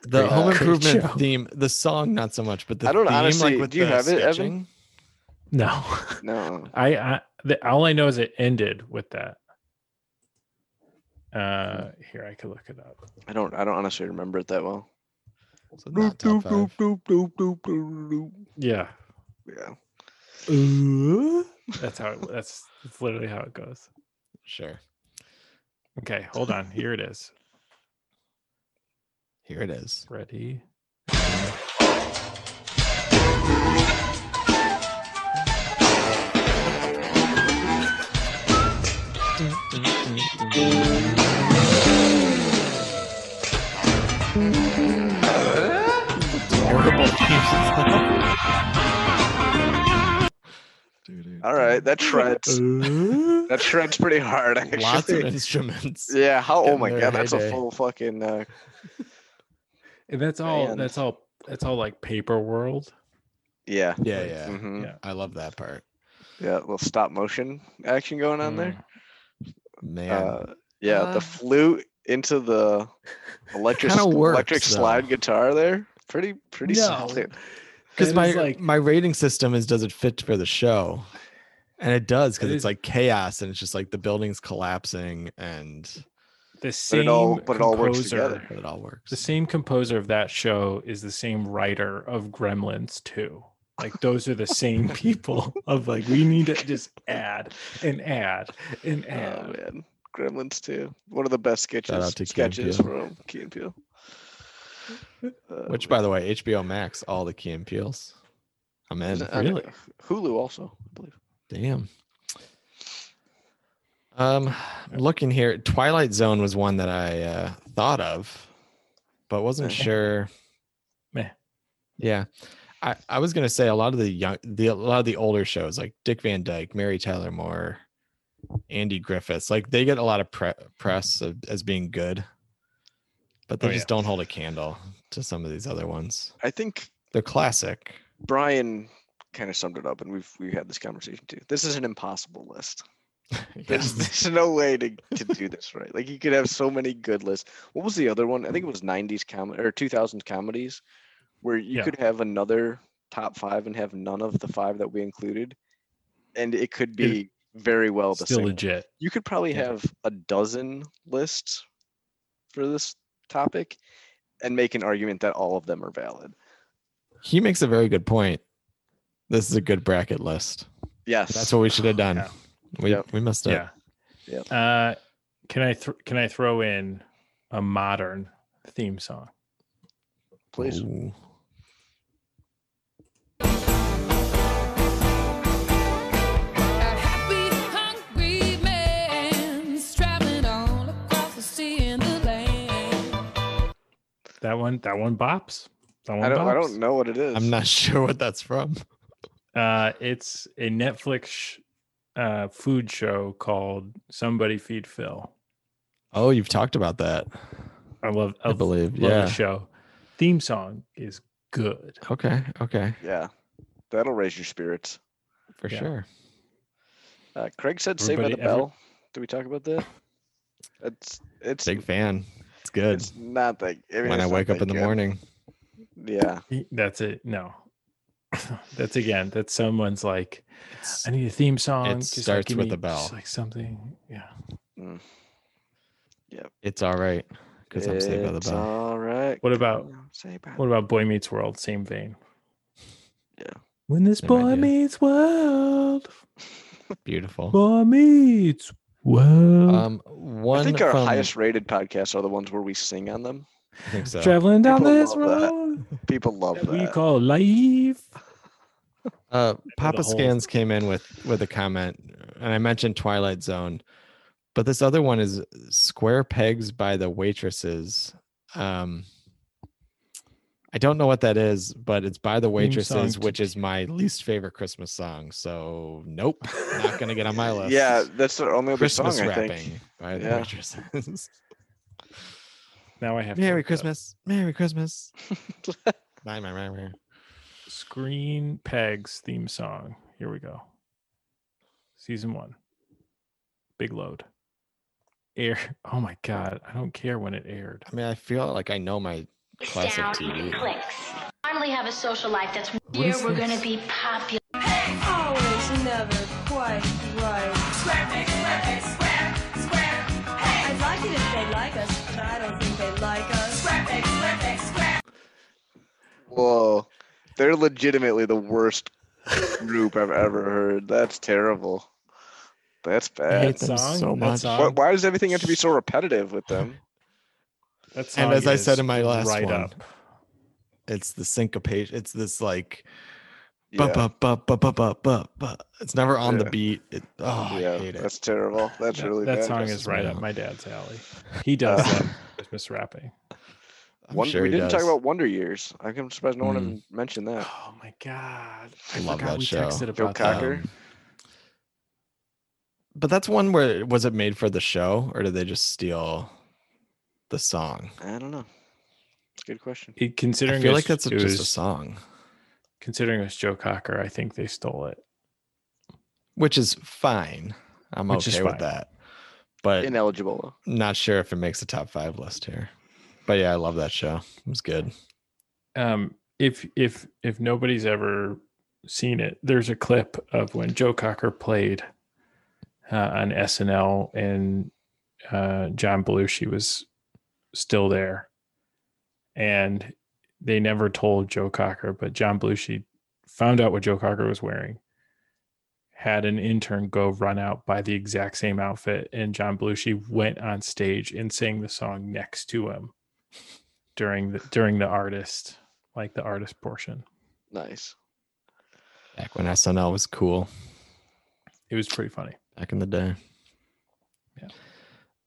S1: The
S2: Great-
S1: Home
S2: great
S1: Improvement
S2: show.
S1: theme, the song, not so much, but the
S3: I don't
S1: theme,
S3: honestly-
S1: like with
S3: do you
S1: the
S3: have it, Evan?
S1: sketching,
S2: No, [LAUGHS]
S3: No.
S2: I, I the, all I know is it ended with that. Uh, here I could look it up.
S3: I don't I don't honestly remember it that well.
S1: So not top five.
S2: Yeah,
S3: Yeah.
S2: that's how.
S3: [LAUGHS]
S2: It, that's that's literally how it goes.
S1: Sure.
S2: Okay, hold on. Here it is.
S1: Here it is.
S2: Ready?
S3: All right, that shreds. that shreds pretty hard [LAUGHS] actually.
S1: uh, Lots of instruments.
S3: yeah, how oh
S1: getting
S3: my
S1: their
S3: god, that's a
S1: heyday.
S3: full fucking uh,
S2: And that's all.
S3: Man.
S2: That's all. That's all like paper world.
S3: yeah.
S1: [LAUGHS] Yeah, yeah.
S3: hmm
S2: Yeah.
S1: I love that part.
S3: Yeah, a little stop motion action going on
S2: Mm.
S1: Mm,
S3: there.
S1: Man.
S3: Uh, yeah,
S1: Uh,
S3: the flute
S1: [LAUGHS]
S3: into the electric
S1: kinda works,
S3: electric slide
S1: though.
S3: guitar there. Pretty pretty
S2: No.
S3: solid.
S1: because
S2: That
S1: my
S2: is, like-
S1: my rating system is does it fit for the show and it does because
S2: It
S1: it's
S2: is-
S1: like chaos and it's just like the building's collapsing and
S2: The same
S3: But it all- but it all works
S2: composer.
S3: together.
S1: but it all works
S2: The same composer of that show is the same writer of Gremlins too. Like those are the
S3: [LAUGHS]
S2: same people of like we need to just add and add and
S3: [LAUGHS] Oh
S2: add.
S3: man. Gremlins too. One of the best sketches
S1: out to Key and
S3: sketches
S1: Peele.
S3: from Key and Peele. Uh,
S1: which by the way hbo max all the key and peels i'm in
S3: is it on, uh, Hulu also, I believe.
S1: damn um looking here twilight zone was one that i uh thought of but wasn't
S3: Meh.
S1: sure
S2: Meh.
S1: yeah I, I was gonna say a lot of the young the a lot of the older shows like Dick Van Dyke, Mary Tyler Moore, Andy Griffiths, like they get a lot of pre- press of, as being good, but they
S2: Oh, yeah.
S1: just don't hold a candle to some of these other ones.
S3: I think
S1: They're classic.
S3: Brian kind of summed it up and we've we had this conversation too. This is an impossible list. There's, there's no way to, to do this right. Like you could have so many good lists. What was the other one? I think it was 90s comedy or 2000s comedies where you
S2: Yeah.
S3: could have another top 5 and have none of the 5 that we included and it could be very well the
S2: Still
S3: same.
S2: legit.
S3: you could probably
S2: Yeah.
S3: have a dozen lists for this topic and make an argument that all of them are valid.
S1: He makes a very good point. This is a good bracket list.
S3: Yes.
S1: That's what we should have done.
S2: Yeah.
S1: We
S3: Yep.
S1: we must have.
S2: Yeah.
S3: Yep.
S2: Uh, can I th- can I throw in a modern theme song?
S3: please.
S1: Ooh.
S5: A happy, hungry man's traveling all across the sea and the land.
S2: That one. That one bops. That one
S3: I don't I
S2: bops.
S3: don't know what it is.
S1: I'm not [LAUGHS] sure what that's from.
S2: Uh, it's a Netflix sh- uh, food show called Somebody Feed Phil.
S1: Oh, you've talked about that.
S2: I love.
S1: I believe.
S2: Love
S1: Yeah.
S2: the show. Theme song is good.
S1: Okay. Okay.
S3: Yeah. That'll raise your spirits.
S1: For
S2: Yeah.
S1: sure.
S3: Uh, Craig said Saved by the
S2: Everybody ever-
S3: Bell. Did we talk about that? It's it's
S1: Big fan. It's good.
S3: it's not that I mean,
S1: when
S3: it's
S1: I
S3: not
S1: wake up
S3: that
S1: in the
S3: good.
S1: morning.
S3: Yeah.
S2: Y- That's it. No. [LAUGHS] that's again. That's someone's like, I need a theme song.
S1: starts
S2: give
S1: with
S2: me
S1: a bell.
S2: just, like something. Yeah.
S1: It's all right. Because I'm saved by the
S3: It's
S1: bell.
S3: All right.
S2: What about-
S3: Saved by
S2: What about Boy Meets World? Same vein.
S3: Yeah.
S2: When this
S1: Same
S2: boy
S1: idea.
S2: meets world,
S3: uh,
S1: Beautiful.
S2: boy meets world.
S1: Um one
S3: I think our
S1: from-
S3: highest rated podcasts are the ones where we sing on them.
S1: I think so.
S2: Traveling down
S3: people
S2: this
S3: love that.
S2: road
S3: People love
S2: that
S3: that.
S2: we call life.
S1: Uh,
S2: the
S1: Papa
S2: whole-
S1: Scans came in with with a comment, and I mentioned Twilight Zone, but this other one is Square Pegs by the Waitresses. Um, I don't know what that is, but it's by the Waitresses,
S2: song to-
S1: which is my least favorite Christmas song. So nope, not gonna get on my list.
S3: [LAUGHS] yeah, that's the only other
S1: Christmas
S3: song I
S1: wrapping
S3: think.
S1: by the
S3: Yeah.
S1: Waitresses. [LAUGHS]
S2: Now I have to
S1: Merry
S2: look up.
S1: Christmas, Merry [LAUGHS] Christmas. Bye, my memory.
S2: Screen Pegs theme song. Here we go. Season one. Big load. Air. [LAUGHS] Oh my God. I don't care when it aired.
S1: I mean, I feel like I know my classic
S9: down
S1: TV.
S9: and clicks. Finally have a social life that's
S2: is
S9: where we're
S2: this?
S9: gonna be popular.
S5: Oh,
S4: never quite right.
S5: Square peg, square peg, square, square, hey.
S4: I'd like it if they like us, but I don't think they like us.
S5: Square peg, square peg, square.
S3: Whoa. They're legitimately the worst group I've ever heard. That's terrible. That's
S2: I
S3: bad.
S2: hate that song.
S1: so
S2: that
S1: much.
S2: Song,
S3: Why, why does everything have to be so repetitive with them?
S2: that
S1: And
S2: song
S1: as I
S2: is
S1: said in my last
S2: right
S1: one,
S2: up.
S1: it's the syncopation. It's this like
S3: Yeah,
S1: bup bup bup bup bup bup bup. bup. It's never on the
S3: Yeah.
S1: beat. It, oh, I
S3: yeah,
S1: hate it.
S3: that's terrible. That's
S2: That,
S3: really
S2: that
S3: bad.
S2: song
S1: That's
S2: is right up
S1: wild.
S2: my dad's alley. He does
S3: Uh,
S2: that Christmas
S3: [LAUGHS]
S2: wrapping.
S1: I'm
S3: Wonder,
S1: sure
S3: we
S1: he
S3: didn't talk
S1: does. Hmm.
S3: about Wonder Years. I'm surprised no one even mentioned that.
S2: Oh my god! I
S1: Love
S2: forgot
S1: that
S2: we
S1: show.
S2: texted
S3: Joe
S2: about that.
S3: Cocker.
S1: Um, but that's one where was it made for the show or did they just steal the song?
S3: I don't know. It's a good question.
S2: It- considering
S1: I feel
S2: it's-
S1: like that's a-
S2: it
S1: just a
S2: was-
S1: song,
S2: Considering it's Joe Cocker, I think they stole it.
S1: which is fine. I'm
S2: Which is
S1: okay with
S2: fine.
S1: that. But
S3: Ineligible.
S1: not sure if it makes the top five list here. But yeah, I love that show. It was good.
S2: um if if if nobody's ever seen it there's a clip of when joe cocker played uh, on snl and uh john belushi was still there and they never told joe cocker but john belushi found out what joe cocker was wearing had an intern go run out by the exact same outfit and john belushi went on stage and sang the song next to him during the during the artist like the artist portion
S3: Nice.
S1: Back when SNL was cool
S2: it was pretty funny
S1: back in the day.
S2: Yeah.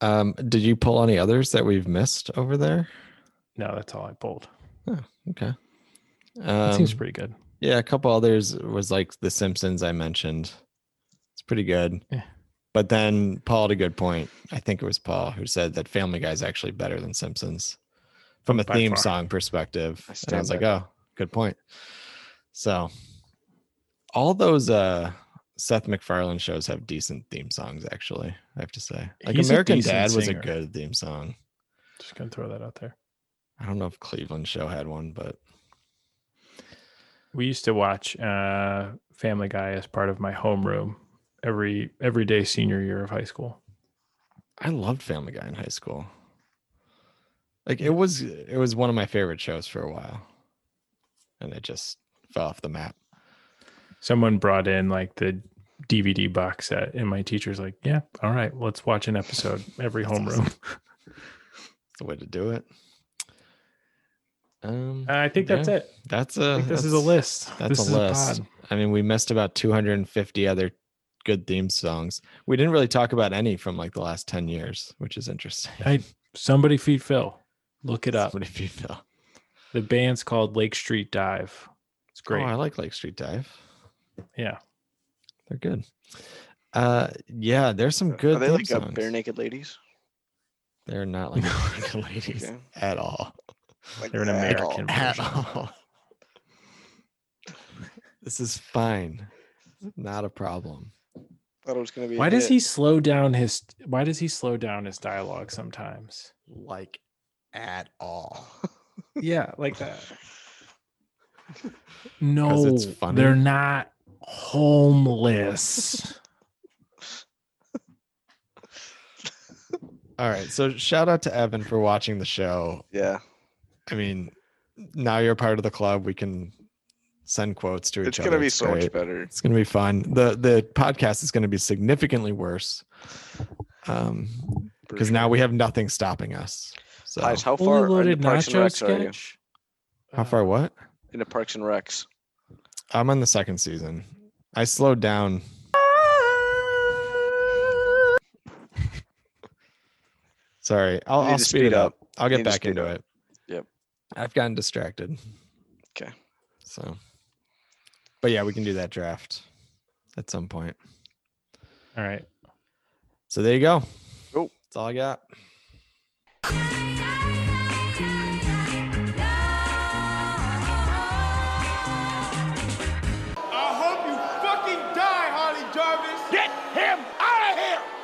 S1: Um, did you pull any others that we've missed over there?
S2: no that's all i pulled
S1: Okay.
S2: it
S1: Um,
S2: seems pretty good
S1: Yeah, a couple others was like The Simpsons I mentioned. It's pretty good.
S2: Yeah.
S1: But then Paul had a good point. I think it was Paul who said that Family Guy is actually better than Simpsons from a
S2: By
S1: theme
S2: far.
S1: song perspective. and
S3: I
S1: I was
S3: stand
S1: like,
S3: by
S1: oh, good point. So all those uh Seth MacFarlane shows have decent theme songs, actually, I have to say. Like
S2: He's a
S1: American
S2: decent
S1: Dad was a
S2: singer.
S1: good theme song.
S2: just gonna throw that out there
S1: I don't know if Cleveland show had one, but
S2: we used to watch uh family guy as part of my homeroom every every day senior year of high school
S1: I loved Family Guy in high school. Like it was it was one of my favorite shows for a while. And it just fell off the map.
S2: someone brought in like the dvd box set and my teacher's like yeah all right let's watch an episode every homeroom
S1: It's the way to do it. Um
S2: [LAUGHS] i think that's
S1: Yeah.
S2: it
S1: that's
S2: i
S1: a
S2: think this is a
S1: that's-
S2: list
S1: That's
S2: this
S1: a
S2: is
S1: list.
S2: pod.
S1: I mean, we missed about 250 other good theme songs. We didn't really talk about any from like the last 10 years, which is interesting.
S2: I- somebody feed phil look it
S1: [LAUGHS]
S2: up
S1: Somebody female.
S2: The band's called Lake Street Dive. It's great.
S1: Oh, I like Lake Street Dive.
S2: yeah.
S1: They're good. Uh yeah, there's some good
S3: Are they
S1: theme
S3: like
S1: songs.
S3: a bare naked ladies?
S1: They're not [LAUGHS] like
S3: [LAUGHS]
S1: American ladies
S3: Okay.
S1: at all.
S3: Like
S2: They're an
S3: at all.
S2: American.
S1: At
S2: version.
S3: [LAUGHS]
S1: all. this is fine. Not a problem.
S3: Thought it was gonna be. a
S2: Why does
S3: hit.
S2: he slow down his why does he slow down his dialogue sometimes?
S1: Like at all. [LAUGHS]
S2: Yeah, like that. [LAUGHS]
S1: 'Cause
S2: No,
S1: it's funny?
S2: they're not homeless.
S1: All right. So shout out to Evan for watching the show.
S3: Yeah,
S1: I mean, now you're part of the club. We can send quotes to each
S3: it's
S1: other.
S3: gonna be so
S1: great.
S3: much better.
S1: It's gonna be fun. the The podcast is gonna be significantly worse, um,
S3: for
S1: because
S3: sure.
S1: now we have nothing stopping us. So
S3: Guys, how far
S2: Fully loaded
S3: into Parks and
S2: nacho
S3: Recs are you?
S2: sketch. Uh,
S1: how far? What?
S3: Into Parks and Recs.
S1: I'm on the second season. I slowed
S3: [LAUGHS]
S1: down. Sorry, I'll,
S3: You need
S1: I'll
S3: to
S1: speed,
S3: speed
S1: it up.
S3: up.
S1: I'll
S3: You
S1: get
S3: need to
S1: back
S3: speed
S1: into
S3: up.
S1: it.
S3: Yep.
S1: I've gotten distracted.
S3: 'Kay.
S1: So, but yeah, we can do that draft at some point.
S2: All right.
S1: So there you go.
S3: Cool.
S1: That's all I got.